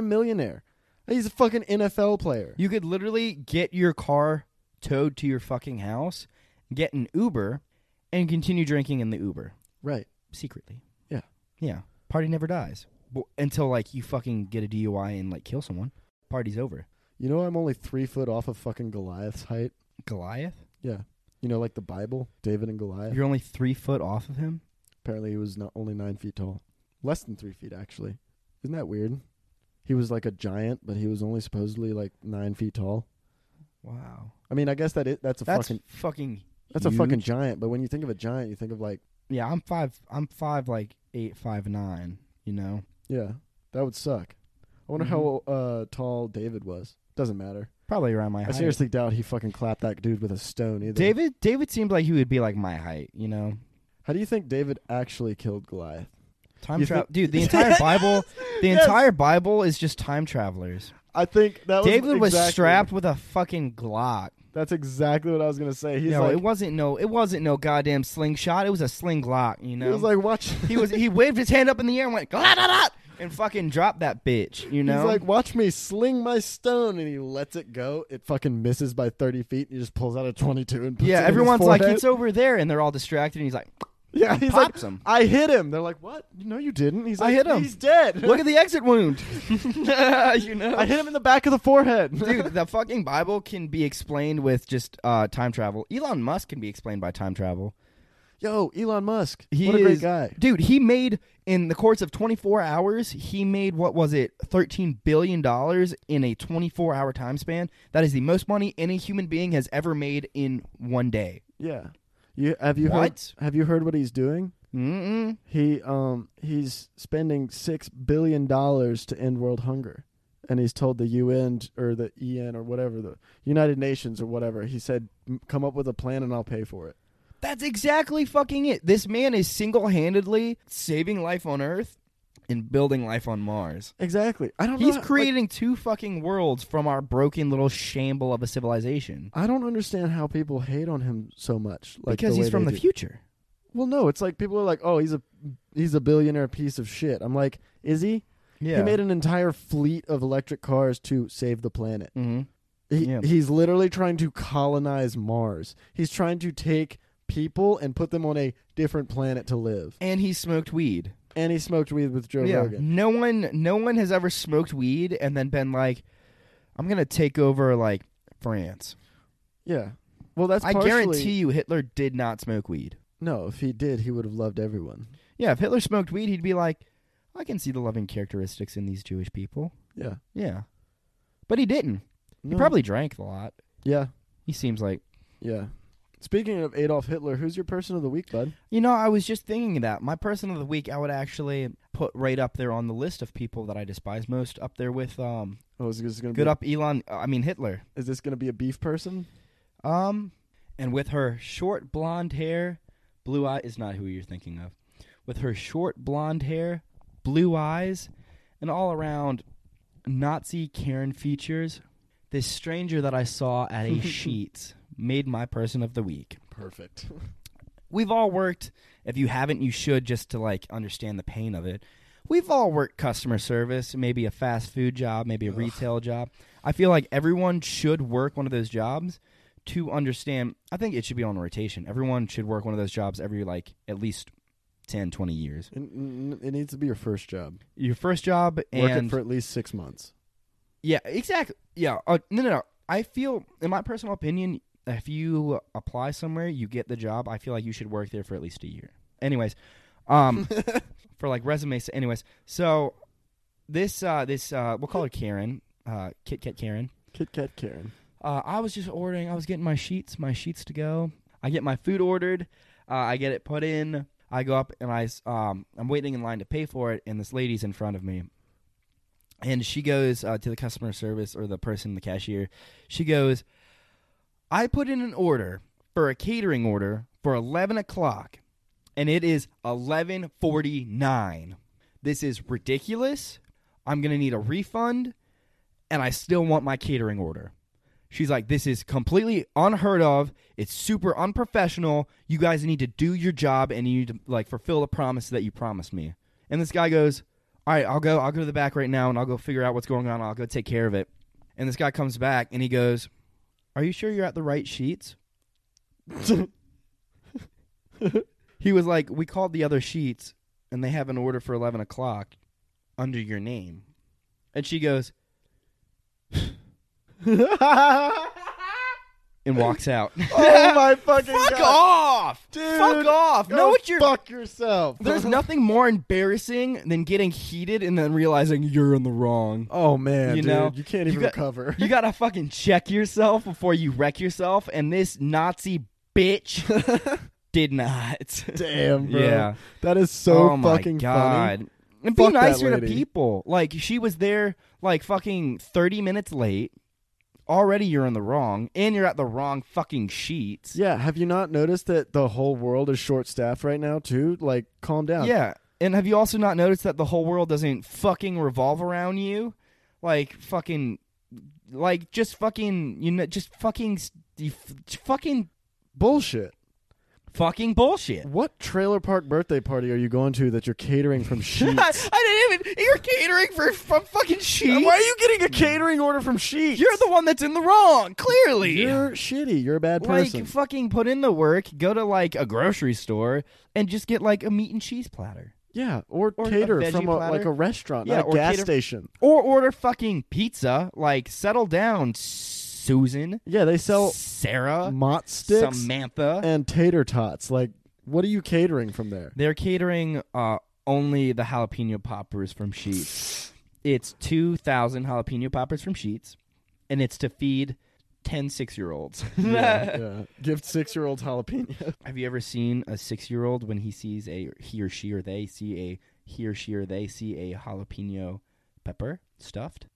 S1: multimillionaire. He's a fucking NFL player.
S2: You could literally get your car towed to your fucking house, get an Uber, and continue drinking in the Uber
S1: right.
S2: secretly.
S1: Yeah.
S2: Yeah. Party never dies Bo- until like you fucking get a DUI and like kill someone. Party's over.
S1: You know, I'm only three foot off of fucking Goliath's height.
S2: Goliath?
S1: You know, like the Bible, David and Goliath.
S2: You're only three foot off of him?
S1: Apparently, he was not only nine feet tall, less than three feet actually. Isn't that weird? He was like a giant, but he was only supposedly like nine feet tall.
S2: Wow.
S1: I mean, I guess that is, that's a
S2: That's
S1: fucking
S2: fucking.
S1: that's a fucking giant. But when you think of a giant, you think of like
S2: Yeah, I'm five. I'm five, like eight, five, nine. You know,
S1: yeah, that would suck. I wonder how
S2: Mm-hmm.
S1: uh, tall David was. Doesn't matter.
S2: probably around my
S1: I
S2: height.
S1: seriously doubt he fucking clapped that dude with a stone either.
S2: David. David seemed like he would be like my height. You know,
S1: how do you think David actually killed Goliath?
S2: time
S1: You
S2: travel,
S1: think- <laughs>
S2: dude. The entire Bible. The
S1: Yes.
S2: entire Bible is just time travelers.
S1: I think that
S2: David
S1: was,
S2: was
S1: exactly-
S2: strapped with a fucking Glock.
S1: That's exactly what I was gonna say. He's
S2: no,
S1: like,
S2: it wasn't no. It wasn't no goddamn slingshot. It was a sling Glock. You know,
S1: he was like, <laughs> watch.
S2: he was- he waved his hand up in the air and went "Glock, glock, glock," and fucking dropped that bitch. You know,
S1: He's like, watch me sling my stone, and he lets it go. It fucking misses by thirty feet. And he just pulls out a twenty-two and puts it
S2: yeah.
S1: in his
S2: Everyone's like,
S1: forehead.
S2: it's over there, and they're all distracted. And
S1: <laughs>
S2: he's like,
S1: yeah. He's like,
S2: pops him.
S1: I hit him. They're like, what? No, you didn't. He's
S2: I
S1: like,
S2: hit him.
S1: He's dead.
S2: Look at the exit wound. <laughs> you know,
S1: <laughs> I hit him in the back of the forehead.
S2: dude. The fucking Bible can be explained with just uh, time travel. Elon Musk can be explained by time travel.
S1: <laughs> Yo, Elon Musk.
S2: He
S1: what a great
S2: is-
S1: guy.
S2: dude. He made in the course of 24 hours, he made what was it, 13 billion dollars in a 24 hour time span. That is the most money any human being has ever made in one day.
S1: Yeah. You have you
S2: What?
S1: heard? Have you heard what he's doing?
S2: Mm-mm.
S1: He um he's spending six billion dollars to end world hunger, and he's told the UN t- or the EN or whatever the United Nations or whatever. He said, "M- "Come up with a plan, and I'll pay for it."
S2: That's exactly fucking it. This man is single handedly saving life on Earth and building life on Mars.
S1: Exactly. I don't.
S2: He's
S1: know, like,
S2: creating two fucking worlds from our broken little shamble of a civilization.
S1: I don't understand how people hate on him so much. Like
S2: because
S1: the
S2: he's
S1: way
S2: from
S1: they
S2: the
S1: do.
S2: future.
S1: Well, no, it's like people are like, "Oh, he's a he's a billionaire piece of shit." I'm like, is he?
S2: Yeah.
S1: He made an entire fleet of electric cars to save the planet.
S2: hmm
S1: He,
S2: Yeah.
S1: He's literally trying to colonize Mars. He's trying to take people and put them on a different planet to live.
S2: And he smoked weed.
S1: And he smoked weed with Joe Rogan.
S2: No one no one has ever smoked weed and then been like, I'm gonna take over like France.
S1: Yeah. Well, that's
S2: I
S1: partially,
S2: guarantee you Hitler did not smoke weed.
S1: No, if he did, he would have loved everyone.
S2: Yeah, if Hitler smoked weed, he'd be like, I can see the loving characteristics in these Jewish people.
S1: Yeah.
S2: Yeah. But he didn't. He
S1: No.
S2: probably drank a lot.
S1: Yeah.
S2: He seems like
S1: Yeah. Speaking of Adolf Hitler, who's your person of the week, bud?
S2: You know, I was just thinking that my person of the week, I would actually put right up there on the list of people that I despise most, up there with um,
S1: Oh, is this going to
S2: good
S1: be
S2: up Elon. uh, I mean Hitler.
S1: is this going to be a beef person?
S2: Um, and with her short blonde hair, blue eye is not who you're thinking of. With her short blonde hair, blue eyes, and all around Nazi Karen features, this stranger that I saw at a Sheets made my person of the week.
S1: Perfect. <laughs>
S2: we've all worked if you haven't you should just to like understand the pain of it we've all worked customer service maybe a fast food job maybe a retail job i feel like everyone should work one of those jobs to understand i think it should be on rotation everyone should work one of those jobs every like at least 10 20 years
S1: It, it needs to be your first job.
S2: your first job and
S1: Work it for at least 6 months.
S2: yeah, exactly. Yeah. Uh, no, no, no. I feel, in my personal opinion, if you apply somewhere, you get the job. I feel like you should work there for at least a year. Anyways, um, for like resumes. Anyways, so this uh, this uh, we'll call her Karen, uh, Kit Kat Karen.
S1: Kit Kat Karen.
S2: Uh, I was just ordering. I was getting my sheets, my sheets to go. I get my food ordered. Uh, I get it put in. I go up and I s- um, I'm waiting in line to pay for it, and this lady's in front of me, and she goes uh, to the customer service or the person, the cashier. She goes, "I put in an order for a catering order for 11 o'clock, and it is 11:49. This is ridiculous. I'm gonna need a refund, and I still want my catering order." She's like, this is completely unheard of. It's super unprofessional. You guys need to do your job and you need to like fulfill the promise that you promised me. And this guy goes, all right, I'll go. I'll go to the back right now and I'll go figure out what's going on. I'll go take care of it. And this guy comes back and he goes, are you sure you're at the right sheets? <laughs> he was like, we called the other sheets and they have an order for 11 o'clock under your name. And she goes,
S1: <laughs> oh
S2: and walks out. <laughs>
S1: my fucking
S2: Fuck
S1: god,
S2: off!
S1: dude!
S2: Fuck off!
S1: Go
S2: Know what you're.
S1: fuck yourself.
S2: <laughs>
S1: <laughs>
S2: There's nothing more embarrassing than getting heated and then realizing you're in the wrong.
S1: Oh man,
S2: You
S1: dude,
S2: know,
S1: you can't
S2: you
S1: even
S2: got-
S1: recover.
S2: <laughs> You gotta fucking check yourself before you wreck yourself, and this Nazi bitch
S1: <laughs>
S2: did not.
S1: <laughs> Damn, bro.
S2: Yeah.
S1: that is so
S2: oh my
S1: fucking
S2: god. And be
S1: Fuck that
S2: nicer to
S1: lady.
S2: people. Like she was there like fucking 30 minutes late. Already you're in the wrong and you're at the wrong fucking sheets.
S1: funny. Yeah, have you not noticed that the whole world is short-staffed right now too? Like, calm down.
S2: Yeah. And have you also not noticed that the whole world doesn't fucking revolve around you? Like fucking like just fucking you know just fucking s- you f- fucking
S1: bullshit.
S2: fucking bullshit.
S1: What trailer park birthday party are you going to that you're catering
S2: <laughs>
S1: from sheets?
S2: I, <laughs> I didn't even you're catering for from fucking sheets.
S1: Why are you getting a catering order from sheets?
S2: <laughs> You're <laughs> the one that's in the wrong, clearly.
S1: You're shitty. You're a bad
S2: like
S1: person.
S2: fucking put in the work, go to like a grocery store and just get like a meat and cheese platter.
S1: yeah, or,
S2: or a
S1: cater
S2: veggie
S1: from a,
S2: platter.
S1: like a restaurant,
S2: Yeah,
S1: not
S2: or
S1: a gas
S2: cater-
S1: station.
S2: Or order fucking pizza. Like settle down, Susan.
S1: Yeah, they sell
S2: Sarah,
S1: mott sticks
S2: Samantha.
S1: and tater tots. Like, what are you catering from
S2: <laughs>
S1: there?
S2: They're catering uh only the jalapeno poppers from Sheets. It's 2000 jalapeno poppers from Sheets and it's to feed 10 6-year-olds.
S1: yeah, yeah. Give six-year-olds jalapeno.
S2: <laughs>
S1: <laughs>
S2: Have you ever seen a six year old when he sees a he or she or they see a he or she or they see a jalapeno pepper stuffed?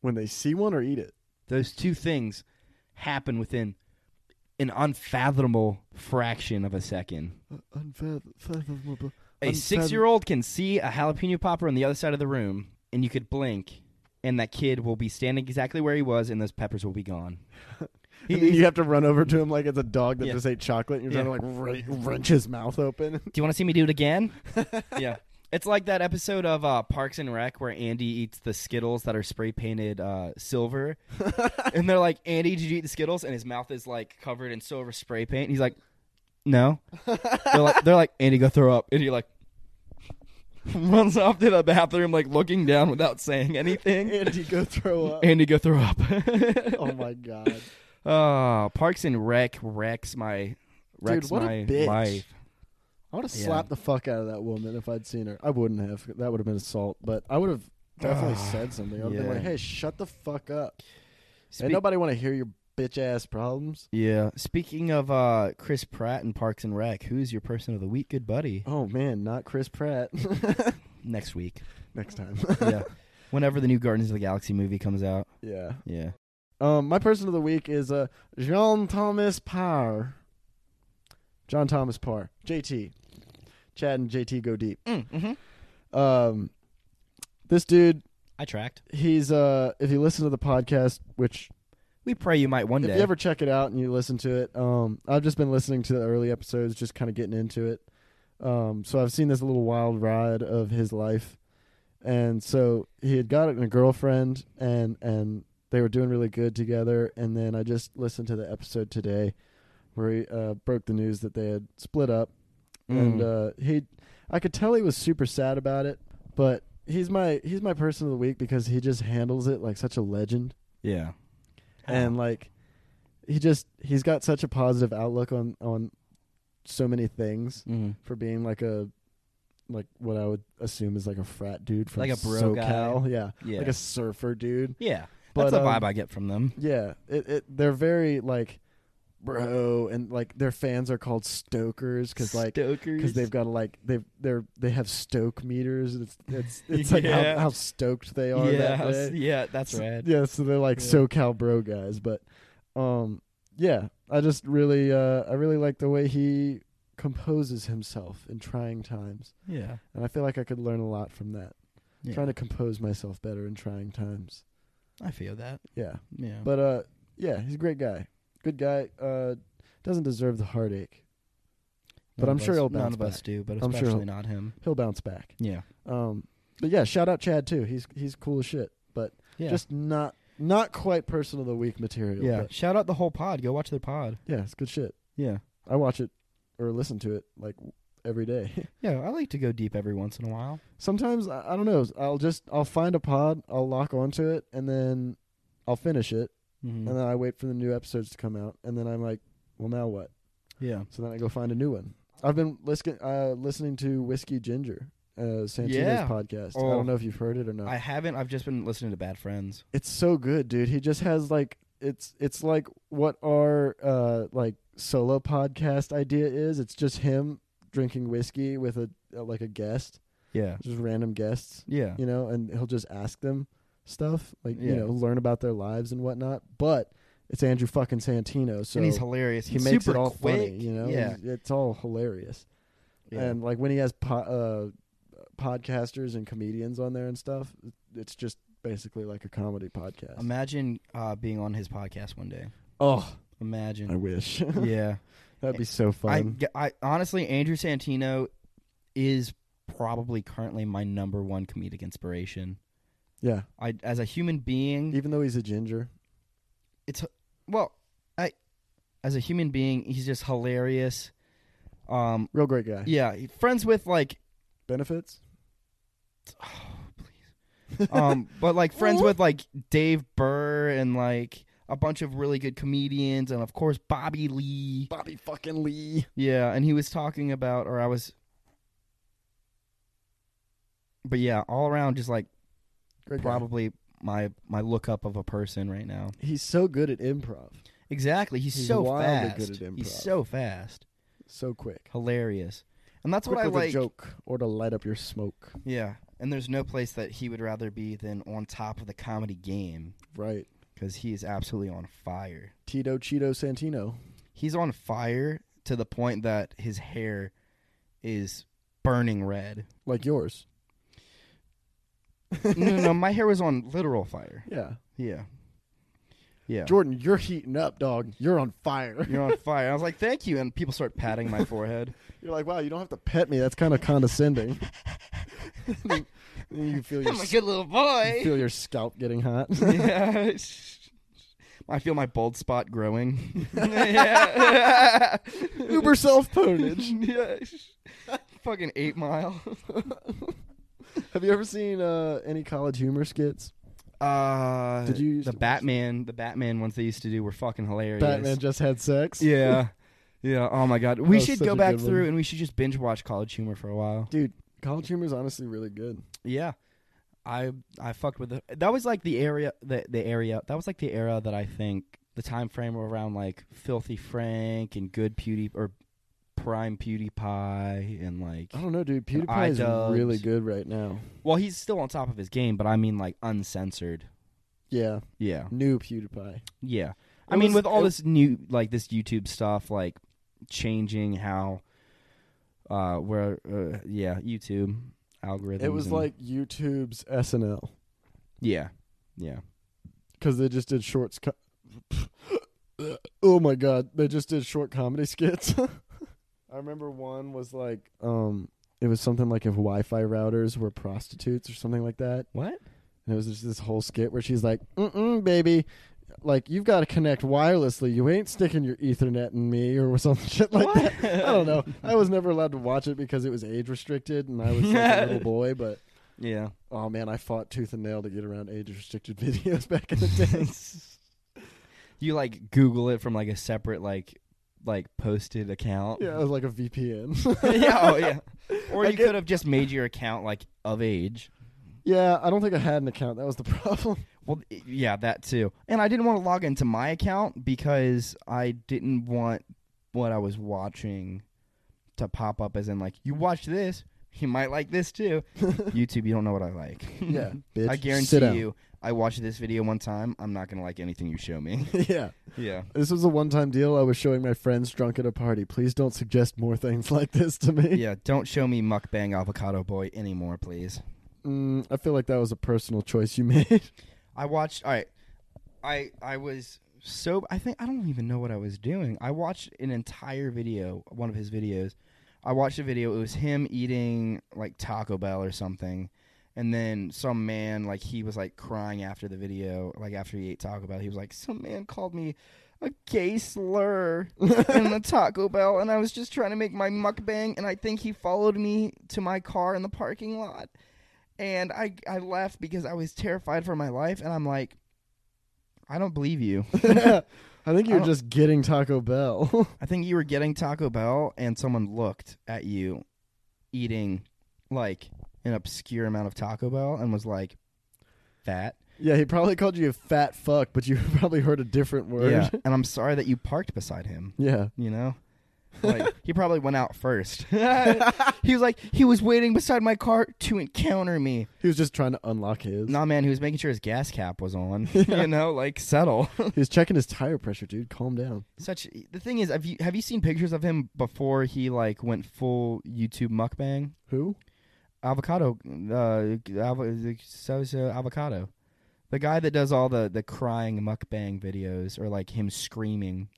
S1: when they see one or eat it.
S2: Those two things happen within an unfathomable fraction of a second.
S1: Unfathomable.
S2: A six year old can see a jalapeno popper on the other side of the room, and you could blink, and that kid will be standing exactly where he was, and those peppers will
S1: <laughs>
S2: be gone. He-
S1: And then you have to run over to him like it's a dog that
S2: Yeah.
S1: just ate chocolate. And you're
S2: Yeah.
S1: trying to like wren- wrench his mouth open. <laughs>
S2: do you want to see me do it again? yeah. It's like that episode of uh, Parks and Rec where Andy eats the Skittles that are spray painted uh,
S1: <laughs>
S2: silver. and they're like, Andy, did you eat the Skittles? And his mouth is like covered in silver spray paint. And he's like,
S1: <laughs>
S2: no. they're, like, they're like, Andy, go throw up. And he like <laughs> runs off to the bathroom, like looking down without saying anything.
S1: Andy, go throw
S2: <laughs>
S1: up.
S2: Andy, go
S1: <laughs>
S2: throw up.
S1: oh my god.
S2: Oh, Parks and Rec wrecks my, wrecks
S1: what a
S2: my
S1: bitch.
S2: life.
S1: I would have
S2: Yeah.
S1: slapped the fuck out of that woman if I'd seen her. I wouldn't have. That would have been assault. But I would have definitely said something. I would have
S2: Ah, yeah.
S1: been like, "Hey, shut the fuck up."
S2: Speak-
S1: Ain't nobody want to hear your bitch ass problems.
S2: Yeah. Speaking of uh, Chris Pratt and Parks and Rec, who's your person of the week, good buddy?
S1: Oh man, not Chris Pratt. <laughs>
S2: Next week.
S1: Next time.
S2: Yeah. Whenever the new Guardians of the Galaxy movie comes out.
S1: <laughs> yeah.
S2: Yeah.
S1: Um, my person of the week is uh, Jean Thomas Parr. John Thomas Parr, JT, Chad and JT go deep.
S2: Mm-hmm.
S1: Um, this dude,
S2: I tracked.
S1: he's uh, if you listen to the podcast, which
S2: We pray you might one
S1: if
S2: day.
S1: you ever check it out and you listen to it, um, I've just been listening to the early episodes, just kind of getting into it. Um, so I've seen this little wild ride of his life, and so he had got a girlfriend, and and they were doing really good together. And then I just listened to the episode today where he uh, broke the news that they had split up,
S2: Mm.
S1: and uh, he, I could tell he was super sad about it, but. He's my he's my person of the week because he just handles it like such a legend
S2: yeah.
S1: and like he just he's got such a positive outlook on on so many things
S2: Mhm.
S1: for being like a like what I would assume is like a frat dude from
S2: Like a bro guy.
S1: SoCal, yeah,
S2: Yeah.
S1: like a surfer dude.
S2: yeah.
S1: But,
S2: That's the vibe
S1: um,
S2: I get from them.
S1: Yeah, it, it they're very like bro, and like their fans are called Stokers because like because they've got to like they they're they have stoke meters. It's
S2: <laughs>
S1: it's it's like
S2: Yeah.
S1: how, how stoked they are
S2: yeah,
S1: that day.
S2: yeah,
S1: <laughs>
S2: that's right.
S1: Yeah, so they're like
S2: Yeah.
S1: SoCal bro guys, but um yeah, I just really uh I really like the way he composes himself in trying times.
S2: Yeah.
S1: And I feel like I could learn a lot from that.
S2: Yeah.
S1: Trying to compose myself better in trying times.
S2: I feel that.
S1: Yeah.
S2: Yeah.
S1: But uh yeah, he's a great guy. Good guy. Uh doesn't deserve the heartache. but
S2: None
S1: I'm
S2: of
S1: sure
S2: us,
S1: he'll
S2: none
S1: bounce
S2: of us
S1: back.
S2: do, but
S1: I'm sure
S2: especially
S1: he'll-
S2: not him.
S1: He'll bounce back.
S2: Yeah.
S1: Um but yeah, shout out Chad too. He's he's cool as shit, but
S2: Yeah.
S1: just not not quite person of the week material.
S2: yeah.
S1: but
S2: Shout out the whole pod. Go watch their pod.
S1: yeah, it's good shit.
S2: Yeah.
S1: I watch it or listen to it like every day. <laughs>
S2: Yeah, I like to go deep every once in a while.
S1: Sometimes I, I don't know. I'll just I'll find a pod, I'll lock onto it, and then I'll finish it,
S2: Mhm.
S1: and uh, then I wait for the new episodes to come out, and then I'm like, well, now what?
S2: Yeah.
S1: So then I go find a new one. I've been listening uh, listening to Whiskey Ginger, uh, Santino's
S2: Yeah.
S1: podcast. I
S2: Oh.
S1: don't know if you've heard it or not.
S2: I haven't. I've just been listening to Bad Friends.
S1: it's so good, dude. He just has like it's it's like what our uh, like solo podcast idea is. It's just him drinking whiskey with a uh, like a guest,
S2: Yeah.
S1: just random guests,
S2: Yeah.
S1: you know, and he'll just ask them stuff like you
S2: Yeah.
S1: know learn about their lives and whatnot. But it's Andrew fucking Santino, so
S2: and he's hilarious.
S1: he
S2: He's
S1: makes
S2: super
S1: it all
S2: quick.
S1: funny, you know.
S2: Yeah.
S1: He's- it's all hilarious.
S2: Yeah.
S1: And like when he has po- uh, podcasters and comedians on there and stuff, it's just basically like a comedy podcast.
S2: Imagine uh, being on his podcast one day.
S1: oh, I <laughs>
S2: Imagine.
S1: wish
S2: <laughs> yeah.
S1: that'd be so
S2: I,
S1: fun.
S2: I honestly, Andrew Santino is probably currently my number one comedic inspiration.
S1: yeah,
S2: I as a human being,
S1: even though he's a ginger,
S2: well, I as a human being, he's just hilarious. Um,
S1: real great guy.
S2: yeah, he- friends with like,
S1: Benefits.
S2: um, but like friends with like Dave Burr and like a bunch of really good comedians, and of course Bobby Lee.
S1: <laughs> Bobby fucking Lee.
S2: Yeah, and he was talking about, or I was, but yeah, all around, just like
S1: Great guy.
S2: probably my my look up of a person right now.
S1: He's so good at improv,
S2: Exactly, he's,
S1: He's
S2: so
S1: wildly
S2: fast.
S1: good at
S2: He's
S1: improv.
S2: so fast,
S1: so quick.
S2: hilarious, and that's
S1: quick
S2: what I
S1: with
S2: like.
S1: a joke or to light up your smoke.
S2: Yeah, and there's no place that he would rather be than on top of the comedy game
S1: Right.
S2: because he is absolutely on fire.
S1: Tito Cheeto Santino.
S2: He's on fire to the point that his hair is burning <laughs> red.
S1: Like yours.
S2: no, no, no, my hair was on literal fire.
S1: Yeah.
S2: Yeah, yeah.
S1: Jordan, you're heating up, dog. You're on fire.
S2: You're on fire. I was like, thank you. And people start patting my forehead.
S1: <laughs> You're like, wow, you don't have to pet me. That's kind of <laughs> condescending. then you feel your,
S2: <laughs> I'm a good little boy.
S1: you feel your scalp getting <laughs> hot.
S2: <laughs> yeah. <laughs> I feel my bald spot <laughs> growing. yeah. <laughs>
S1: Uber self <laughs> ponage.
S2: Yeah. Fucking eight mile. <laughs>
S1: Have you ever seen uh, any college humor skits?
S2: Uh,
S1: Did you used
S2: the
S1: to watch
S2: Batman? The Batman ones they used to do were fucking hilarious.
S1: Batman just had sex.
S2: Yeah. Yeah. Oh my god. We
S1: was
S2: should
S1: such
S2: go
S1: a
S2: back
S1: good one.
S2: through and we should just binge watch College Humor for a while.
S1: Dude, college humor is honestly really good.
S2: Yeah. I I fucked with the, that was like the area the the area that was like the era that I think the time frame around like Filthy Frank and Good Pewdie or Prime PewDiePie and like
S1: I don't know, dude.
S2: And
S1: PewDiePie is
S2: iDubbbz.
S1: really good right now.
S2: well he's still on top of his game but I mean like uncensored
S1: Yeah,
S2: yeah
S1: new PewDiePie.
S2: yeah I
S1: It
S2: mean
S1: was-
S2: with all
S1: it-
S2: this new like this YouTube stuff like changing how uh where uh, yeah YouTube algorithms
S1: It was
S2: and-
S1: like YouTube's SNL
S2: yeah yeah
S1: because they just did shorts. Co- <laughs> oh my god, they just did short comedy skits. <laughs> I remember one was like, um, it was something like if Wi-Fi routers were prostitutes or something like that,
S2: what
S1: and it was just this whole skit where she's like, "Mm baby." Like you've got to connect wirelessly. You ain't sticking your Ethernet in me or <laughs> some shit like that. I don't know. I was never allowed to watch it because it was age restricted, and I was like a little boy. But <laughs>
S2: yeah
S1: Oh man, I fought tooth and nail to get around age restricted <laughs> videos back in the
S2: <laughs>
S1: day.
S2: you like Google it from like a separate like like posted account.
S1: yeah, it was like a VPN.
S2: <laughs> yeah,
S1: <laughs>
S2: oh, yeah. Or
S1: I
S2: you
S1: get-
S2: could have just made your account like of age.
S1: <laughs> yeah, I don't think I had an account. That was the <laughs> problem.
S2: Well, i- yeah, that too. And I didn't want to log into my account because I didn't want what I was watching to pop up as in like you watch this, you might like this
S1: <laughs>
S2: too. YouTube, you don't know what I like. <laughs>
S1: Yeah, bitch.
S2: I guarantee
S1: Sit down.
S2: you, I watched this video one time. I'm not gonna like anything you show me.
S1: <laughs>
S2: <laughs>
S1: yeah,
S2: yeah.
S1: this was a one-time deal. I was showing my friends drunk at a party. Please don't suggest more things <laughs> like this to me.
S2: yeah, don't show me mukbang avocado boy anymore, please.
S1: Mm, I feel like that was a personal choice you <laughs> made.
S2: I watched. All right, I I was so. I think I don't even know what I was doing. I watched an entire video, one of his videos. I watched a video. It was him eating like Taco Bell or something, and then some man like he was like crying after the video, like after he ate Taco Bell. He was like, "Some man called me." A gay slur in the Taco Bell, and I was just trying to make my mukbang, and I think he followed me to my car in the parking lot and I I left because I was terrified for my life, and I'm like, I don't believe you. <laughs>
S1: I think
S2: I
S1: you're
S2: don't-
S1: just getting Taco Bell. <laughs>
S2: I think you were getting Taco Bell and someone looked at you eating like an obscure amount of Taco Bell and was like, "That."
S1: yeah, he probably called you a fat fuck, but you <laughs> probably heard a different word. <laughs>
S2: Yeah. And I'm sorry that you parked beside him.
S1: Yeah.
S2: You know,
S1: <laughs>
S2: like he probably went out first. <laughs> he was like, he was waiting beside my car to encounter me.
S1: He was just trying to unlock his.
S2: Nah, man, he was making sure his gas cap was on.
S1: <laughs> Yeah.
S2: You know, like settle.
S1: He was checking his tire pressure, dude. Calm down.
S2: Such the thing is, have you have you seen pictures of him before he like went full YouTube mukbang?
S1: Who?
S2: Avocado, uh, avo- so so avocado, the guy that does all the the crying mukbang videos or like him screaming.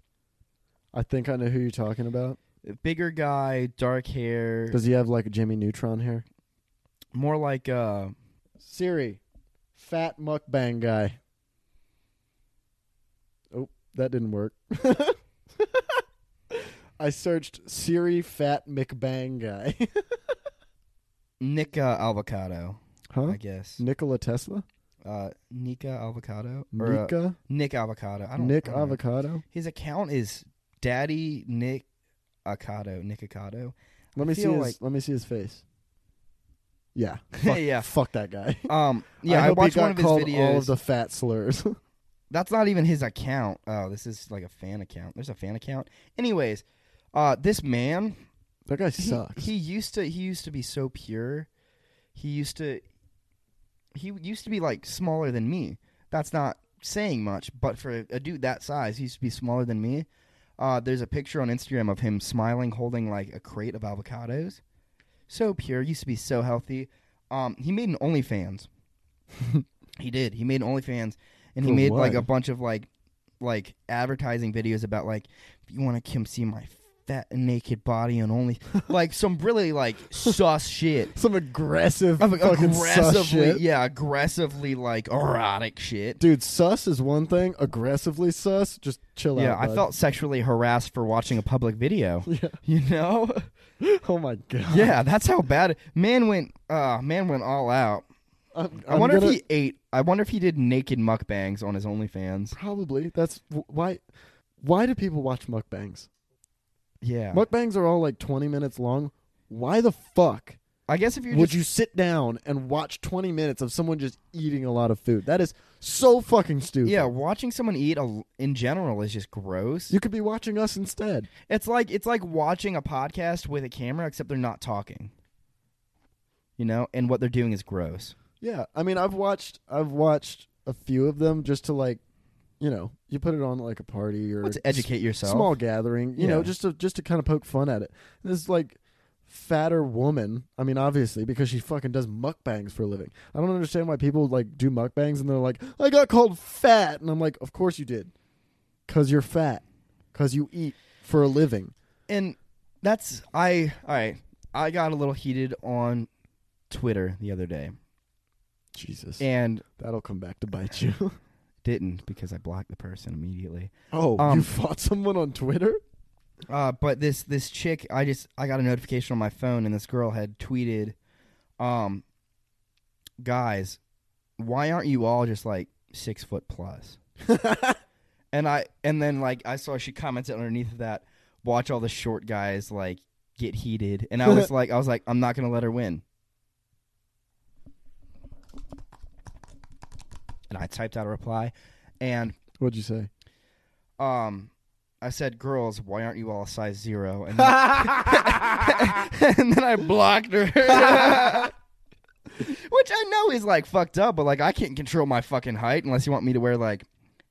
S1: I think I know who you're talking about.
S2: Bigger guy, dark hair,
S1: Does he have like Jimmy Neutron hair?
S2: more like uh,
S1: Siri, fat mukbang guy. Oh, that didn't work. <laughs> I searched Siri fat McBang guy. <laughs>
S2: Nika Avocado,
S1: huh?
S2: I guess.
S1: Nikola Tesla?
S2: Uh, Nika Avocado or uh,
S1: Nika?
S2: Nick Avocado. I don't
S1: Nick
S2: I don't know.
S1: Avocado?
S2: His account is Daddy Nick Acado, Nick Acado.
S1: Let me see
S2: feel
S1: his
S2: like-
S1: let me see his face.
S2: <laughs>
S1: Yeah. Fuck,
S2: Yeah.
S1: fuck that guy.
S2: Um, <laughs> yeah, I,
S1: hope he
S2: watched one
S1: got
S2: of his
S1: called
S2: videos.
S1: all of the fat slurs. <laughs>
S2: That's not even his account. Oh, this is like a fan account. There's a fan account. Anyways, uh, this man,
S1: that
S2: <laughs>
S1: guy
S2: he,
S1: sucks.
S2: he used to he used to be so pure. He used to he used to be like smaller than me. That's not saying much, but for a, a dude that size, he used to be smaller than me. Uh, there's a picture on Instagram of him smiling, holding like a crate of avocados. So pure, used to be so healthy. Um, he made an
S1: <laughs>
S2: OnlyFans. he did. He made an OnlyFans, and he
S1: For
S2: made like
S1: what?
S2: a bunch of like like advertising videos about like if you want to come see my fat and naked body
S1: <laughs>
S2: on Only, like some really like sus shit.
S1: Some aggressive
S2: Of-
S1: <laughs> fucking sus
S2: aggressively,
S1: shit.
S2: yeah, aggressively like erotic shit.
S1: Dude, sus is one thing. Aggressively sus, just chill
S2: yeah,
S1: out.
S2: I
S1: bud.
S2: felt sexually harassed for watching a public
S1: <laughs>
S2: video. You know?
S1: Yeah. <laughs> Oh my god.
S2: yeah, that's how bad it, man went. Uh, man went all out.
S1: I'm,
S2: I
S1: I'm
S2: wonder
S1: gonna-
S2: if he ate. I wonder if he did naked mukbangs on his OnlyFans.
S1: probably that's w- why. Why do people watch mukbangs?
S2: Yeah,
S1: Mukbangs are all like twenty minutes long. Why the fuck
S2: I guess if you're
S1: would
S2: just,
S1: you sit down and watch twenty minutes of someone just eating a lot of food? That is so fucking stupid.
S2: yeah, watching someone eat a, in general is just gross.
S1: you could be watching us instead.
S2: It's like it's like watching a podcast with a camera, except they're not talking. You know, and what they're doing is gross.
S1: Yeah, I mean, I've watched I've watched a few of them just to like, you know, you put it on like a party or
S2: Well, to educate yourself.
S1: small gathering, you know,
S2: Yeah.
S1: just to just to kind of poke fun at it. This like fatter woman. I mean, obviously because she fucking does mukbangs for a living. I don't understand why people like do mukbangs and they're like, I got called fat, and I'm like, of course you did, cause you're fat, cause you eat for a living.
S2: and that's I. All right, I got a little heated on Twitter the other day,
S1: Jesus,
S2: and
S1: that'll come back to bite you. <laughs>
S2: didn't because I blocked the person immediately.
S1: oh,
S2: Um,
S1: you fought someone on Twitter?
S2: Uh, but this this chick, I just I got a notification on my phone, and this girl had tweeted, um, guys, why aren't you all just like six foot plus? and I and then like I saw she commented underneath that, watch all the short guys like get heated, and I was like I was like I'm not gonna let her win. And I typed out a reply, and
S1: What'd you say?
S2: um, I said, "Girls, why aren't you all a size zero? <laughs> And then, and then I blocked her, <laughs> which I know is like fucked up, but like I can't control my fucking height unless you want me to wear like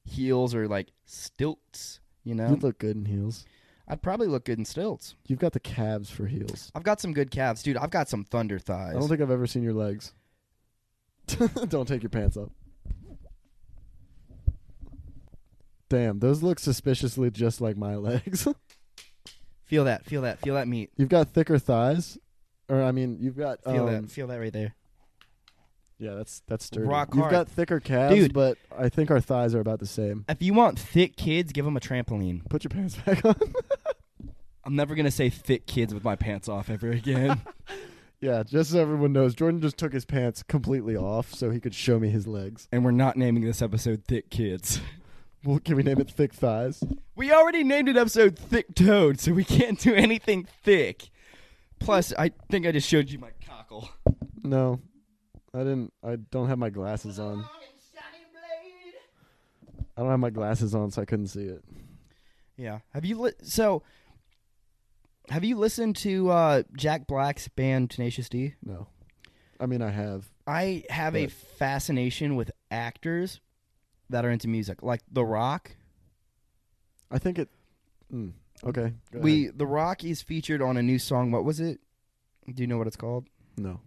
S2: heels or like stilts. You know,
S1: You look good in heels.
S2: I'd probably look good in stilts.
S1: You've got the calves for heels.
S2: I've got some good calves, dude. I've got some thunder thighs.
S1: I don't think I've ever seen your legs. <laughs> don't take your pants up. Damn, those look suspiciously just like my <laughs> legs.
S2: feel that, feel that, feel that meat.
S1: you've got thicker thighs, or I mean, you've got
S2: Feel
S1: um,
S2: that, feel that right there.
S1: yeah, that's that's sturdy.
S2: Rock
S1: you've
S2: hard.
S1: got thicker calves,
S2: Dude.
S1: but I think our thighs are about the same.
S2: If you want thick kids, give them a trampoline.
S1: Put your pants <laughs> back on.
S2: I'm never gonna say thick kids with my pants off ever again. <laughs>
S1: yeah, just so everyone knows, Jordan just took his pants completely off so he could show me his legs.
S2: and we're not naming this episode Thick Kids. <laughs>
S1: Well, can we name it Thick Thighs?
S2: We already named an episode Thick Toad, so we can't do anything thick. Plus, I think I just showed you my cockle.
S1: No, I didn't. I don't have my glasses on. I don't have my glasses on, so I couldn't see it.
S2: Yeah. Have you li- so have you listened to uh, Jack Black's band Tenacious D?
S1: No, I mean I have.
S2: I have a
S1: But-
S2: fascination with actors that are into music, like The Rock.
S1: I think it. Mm, okay. go
S2: We
S1: ahead.
S2: The Rock is featured on a new song. What was it? Do you know what it's called?
S1: no.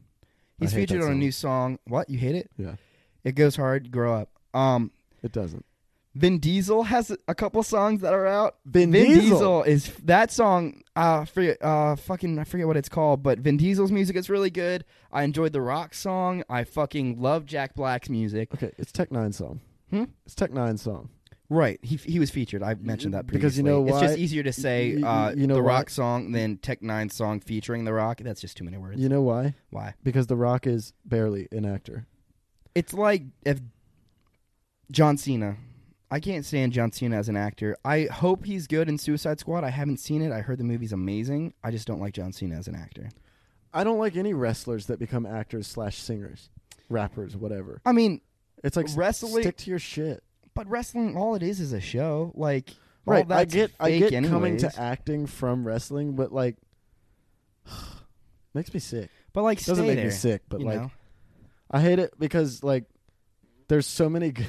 S2: He's
S1: I hate
S2: featured
S1: that
S2: on a
S1: song.
S2: new song. What? You hate it?
S1: Yeah.
S2: It goes hard. Grow up. Um,
S1: It doesn't.
S2: Vin Diesel has a couple songs that are out.
S1: Vin,
S2: Vin Diesel, is that song. Uh, forget, uh, fucking, I forget what it's called, but Vin Diesel's music is really good. I enjoyed the rock song. I fucking love Jack Black's music.
S1: Okay, it's Tech Nine song.
S2: Hmm?
S1: It's Tech Nine song.
S2: Right, he he was featured. I mentioned that previously.
S1: Because you know
S2: it's just
S1: why?
S2: easier to say
S1: Y- y-
S2: uh,
S1: you know
S2: the
S1: why?
S2: rock song than Tech Nine song featuring the rock. That's just too many words.
S1: You know why?
S2: Why?
S1: Because The Rock is barely an actor.
S2: It's like if John Cena. I can't stand John Cena as an actor. I hope he's good in Suicide Squad. I haven't seen it. I heard the movie's amazing. I just don't like John Cena as an actor.
S1: I don't like any wrestlers that become actors slash singers, rappers, whatever.
S2: I mean,
S1: It's like s-
S2: Wrestling-
S1: Stick to your shit.
S2: but wrestling, all it is is a show. Like, all
S1: Right. I
S2: that's
S1: get. I
S2: fake
S1: get coming
S2: anyways.
S1: to acting from wrestling, but like, <sighs> makes me sick.
S2: but like,
S1: Doesn't
S2: stay
S1: make
S2: there,
S1: me sick, but
S2: you
S1: like,
S2: know?
S1: I hate it because like, there's so many.
S2: <sighs>
S1: G-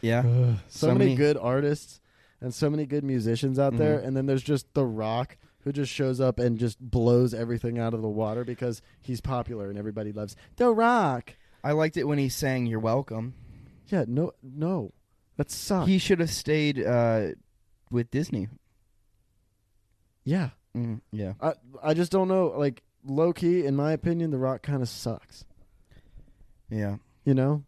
S1: <sighs>
S2: yeah,
S1: Ugh, so,
S2: So
S1: many,
S2: many- Mm-hmm.
S1: good artists and so many good musicians out there and then there's just the rock who just shows up and just blows everything out of the water because he's popular and everybody loves the rock
S2: I liked it when he sang "You're Welcome."
S1: yeah no no that sucks
S2: He should have stayed uh, with Disney.
S1: yeah
S2: Mm, yeah,
S1: I, I just don't know like low-key in my opinion the rock kind of sucks
S2: yeah.
S1: you know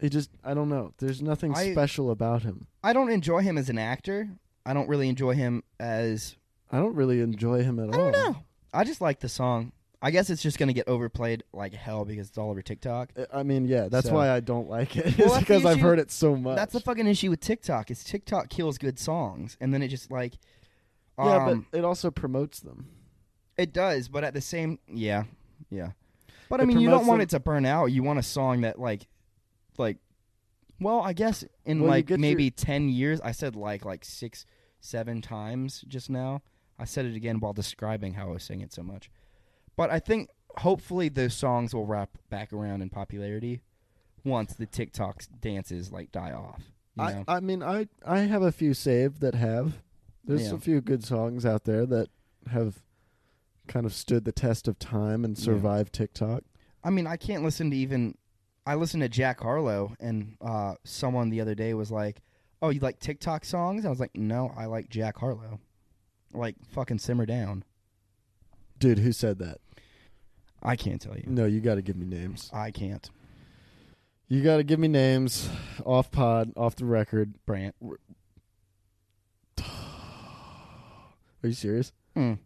S1: he just i don't know there's nothing
S2: I-
S1: special about him
S2: I don't enjoy him as an actor. I don't really enjoy him as
S1: i don't really enjoy him at
S2: I
S1: all
S2: don't know. I just like the song. I guess it's just gonna get overplayed like hell because it's all over TikTok.
S1: I- i mean yeah that's
S2: So-
S1: why i don't like it <laughs>
S2: Well,
S1: it's
S2: that's the
S1: because i've
S2: issue-
S1: heard it so much
S2: That's the fucking issue with TikTok. Is TikTok kills good songs and then it just like
S1: yeah
S2: um,
S1: but it also promotes them
S2: It does, but at the same, yeah, yeah. But I
S1: It
S2: mean, you don't
S1: promotes
S2: want
S1: them-
S2: it to burn out. You want a song that like, like, well, I guess in
S1: Well, you
S2: like
S1: get
S2: maybe ten years, I said like like six, seven times just now. I said it again while describing how I was saying it so much. But I think hopefully those songs will wrap back around in popularity once the TikTok dances like die off. You
S1: I,
S2: know?
S1: I mean, I I have a few saved that have. There's
S2: Yeah.
S1: a few good songs out there that have kind of stood the test of time and
S2: Yeah.
S1: survived TikTok.
S2: I mean, I can't listen to even. I listened to Jack Harlow, and uh, someone the other day was like, "Oh, you like TikTok songs?" I was like, "No, I like Jack Harlow." Like, fucking simmer down.
S1: Dude, who said that?
S2: I can't tell you.
S1: No, you got to give me names.
S2: I can't.
S1: You got to give me names off pod, off the record.
S2: Brant.
S1: Are you serious?
S2: Mm.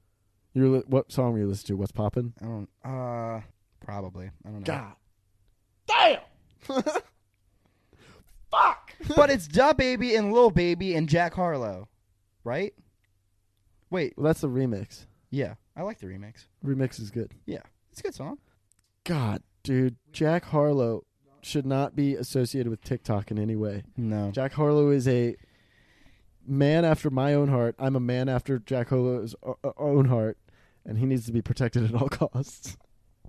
S1: You li- what song were you listening to? What's poppin'?
S2: I don't. Uh, probably. I don't know.
S1: God, damn! <laughs> Fuck!
S2: <laughs> but it's Da Baby and Lil Baby and Jack Harlow, right? Wait.
S1: Well, that's the remix.
S2: Yeah, I like the remix.
S1: Remix is good.
S2: It's a good song.
S1: God, dude, Jack Harlow should not be associated with TikTok in any way.
S2: No.
S1: Jack Harlow is a man after my own heart. I'm a man after Jack Harlow's o- o- own heart, and he needs to be protected at all <laughs> costs.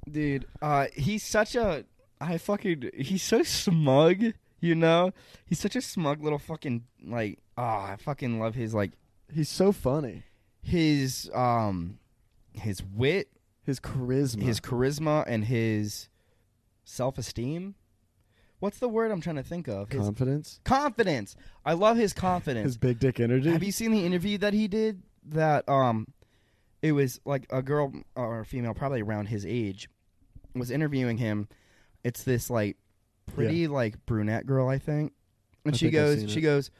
S2: dude uh he's such a i fucking he's so smug you know he's such a smug little fucking like oh i fucking love his like
S1: He's so funny.
S2: his um his wit
S1: His charisma.
S2: his charisma and his self-esteem what's the word i'm trying to think of his
S1: confidence.
S2: confidence i love his confidence
S1: His big dick energy.
S2: have you seen the interview that he did? That um, it was like a girl or a female, probably around his age, was interviewing him. It's this like pretty like brunette girl, I think, and
S1: I
S2: she
S1: think I've
S2: goes,
S1: seen
S2: she
S1: it.
S2: goes,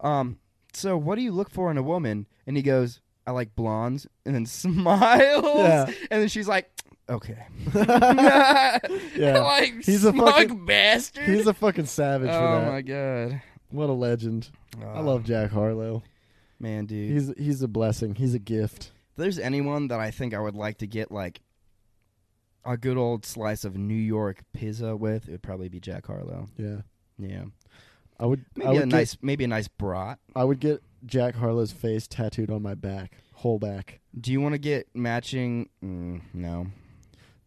S2: um, so what do you look for in a woman? And he goes, I like blondes, and then <laughs> smiles,
S1: Yeah.
S2: and then she's like,
S1: <laughs>
S2: okay, <laughs>
S1: Yeah.
S2: like
S1: He's a
S2: smug
S1: fucking-
S2: bastard.
S1: He's a fucking savage for
S2: oh
S1: that.
S2: my god.
S1: What a legend. I
S2: Uh,
S1: love Jack Harlow.
S2: Oh, man, dude.
S1: He's he's a blessing. He's a gift.
S2: if there's anyone that I think I would like to get like a good old slice of New York pizza with, it would probably be Jack Harlow.
S1: Yeah.
S2: Yeah,
S1: I would I
S2: maybe
S1: would
S2: a
S1: get,
S2: nice, maybe a nice brat.
S1: I would get Jack Harlow's face tattooed on my back, whole back.
S2: Do you want to get matching? Mm, no.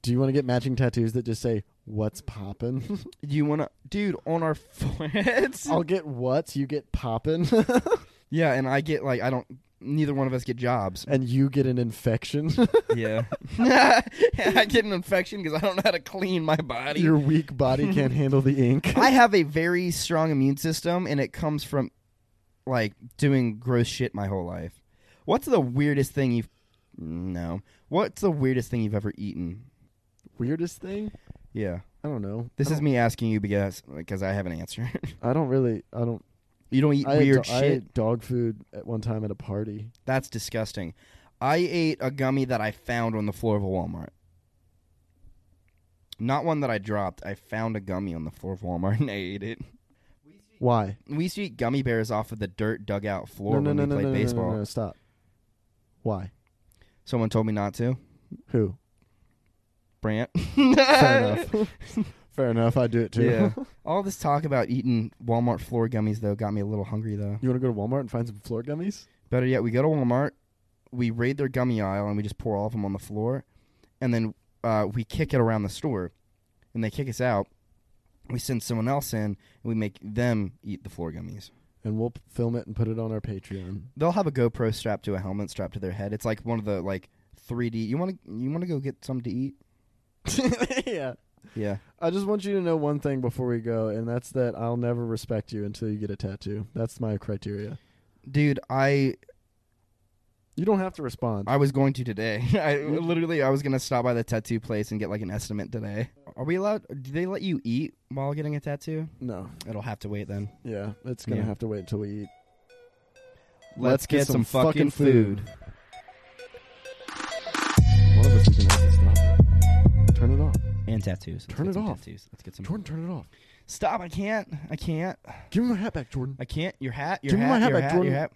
S1: Do you want to get matching tattoos that just say "What's
S2: <laughs>
S1: poppin'"?
S2: Do you want to, dude, on our <laughs> foreheads?
S1: I'll get what's, you get poppin', <laughs>
S2: yeah, and I get like I don't. Neither one of us get <laughs> jobs.
S1: and you get an infection. <laughs>
S2: <laughs> Yeah, I get an infection because I don't know how to clean my body.
S1: Your weak body
S2: <laughs>
S1: can't handle the ink. <laughs>
S2: I have a very strong immune system, and it comes from like doing gross shit my whole life. What's the weirdest thing you've? No. What's the weirdest thing you've ever eaten?
S1: Weirdest thing?
S2: Yeah.
S1: I don't know.
S2: This
S1: I
S2: is me asking you because because I have an answer. <laughs>
S1: don't- I don't really. I don't.
S2: you don't eat
S1: I ate
S2: weird
S1: do- I
S2: shit.
S1: ate dog food at one time at a party.
S2: That's disgusting. I ate a gummy that I found on the floor of a Walmart. Not one that I dropped. I found a gummy on the floor of Walmart <laughs> and I ate it.
S1: Why?
S2: We used to eat gummy bears off of the dirt dugout floor
S1: no, no,
S2: when
S1: no, no,
S2: we played
S1: no, no,
S2: baseball.
S1: no, no, no. Stop. Why?
S2: Someone told me not to.
S1: Who?
S2: Brant.
S1: Fair enough. Fair enough. I do it too. <laughs>
S2: Yeah. All this talk about eating Walmart floor gummies though got me a little hungry though.
S1: you want to go to Walmart and find some floor gummies?
S2: Better yet, we go to Walmart, we raid their gummy aisle, and we just pour all of them on the floor, and then uh, we kick it around the store, and they kick us out. We send someone else in, and we make them eat the floor gummies.
S1: And we'll p- film it and put it on our Patreon.
S2: They'll have a GoPro strapped to a helmet strapped to their head. It's like one of the like 3D. You want to you want to go get something to eat?
S1: yeah.
S2: <laughs> Yeah.
S1: I just want you to know one thing before we go, and that's that I'll never respect you until you get a tattoo. That's my criteria.
S2: Dude, I
S1: You don't have to respond.
S2: I was going to today. <laughs> I literally I was gonna stop by the tattoo place and get like an estimate today. Are we allowed? Do they let you eat while getting a tattoo?
S1: no.
S2: It'll have to wait then.
S1: Yeah. It's going to
S2: Yeah.
S1: have to wait until we eat.
S2: Let's get some fucking food.
S1: One of us is going to have to stop it. Turn it off.
S2: and tattoos. Let's
S1: Turn
S2: get
S1: it
S2: some
S1: off.
S2: Tattoos. Let's get some.
S1: Jordan, turn it off.
S2: Stop! I can't. I can't.
S1: Give me my hat back, Jordan.
S2: I can't. Your hat. Your
S1: Give me
S2: hat.
S1: my hat
S2: your
S1: back,
S2: hat.
S1: Jordan.
S2: Your hat.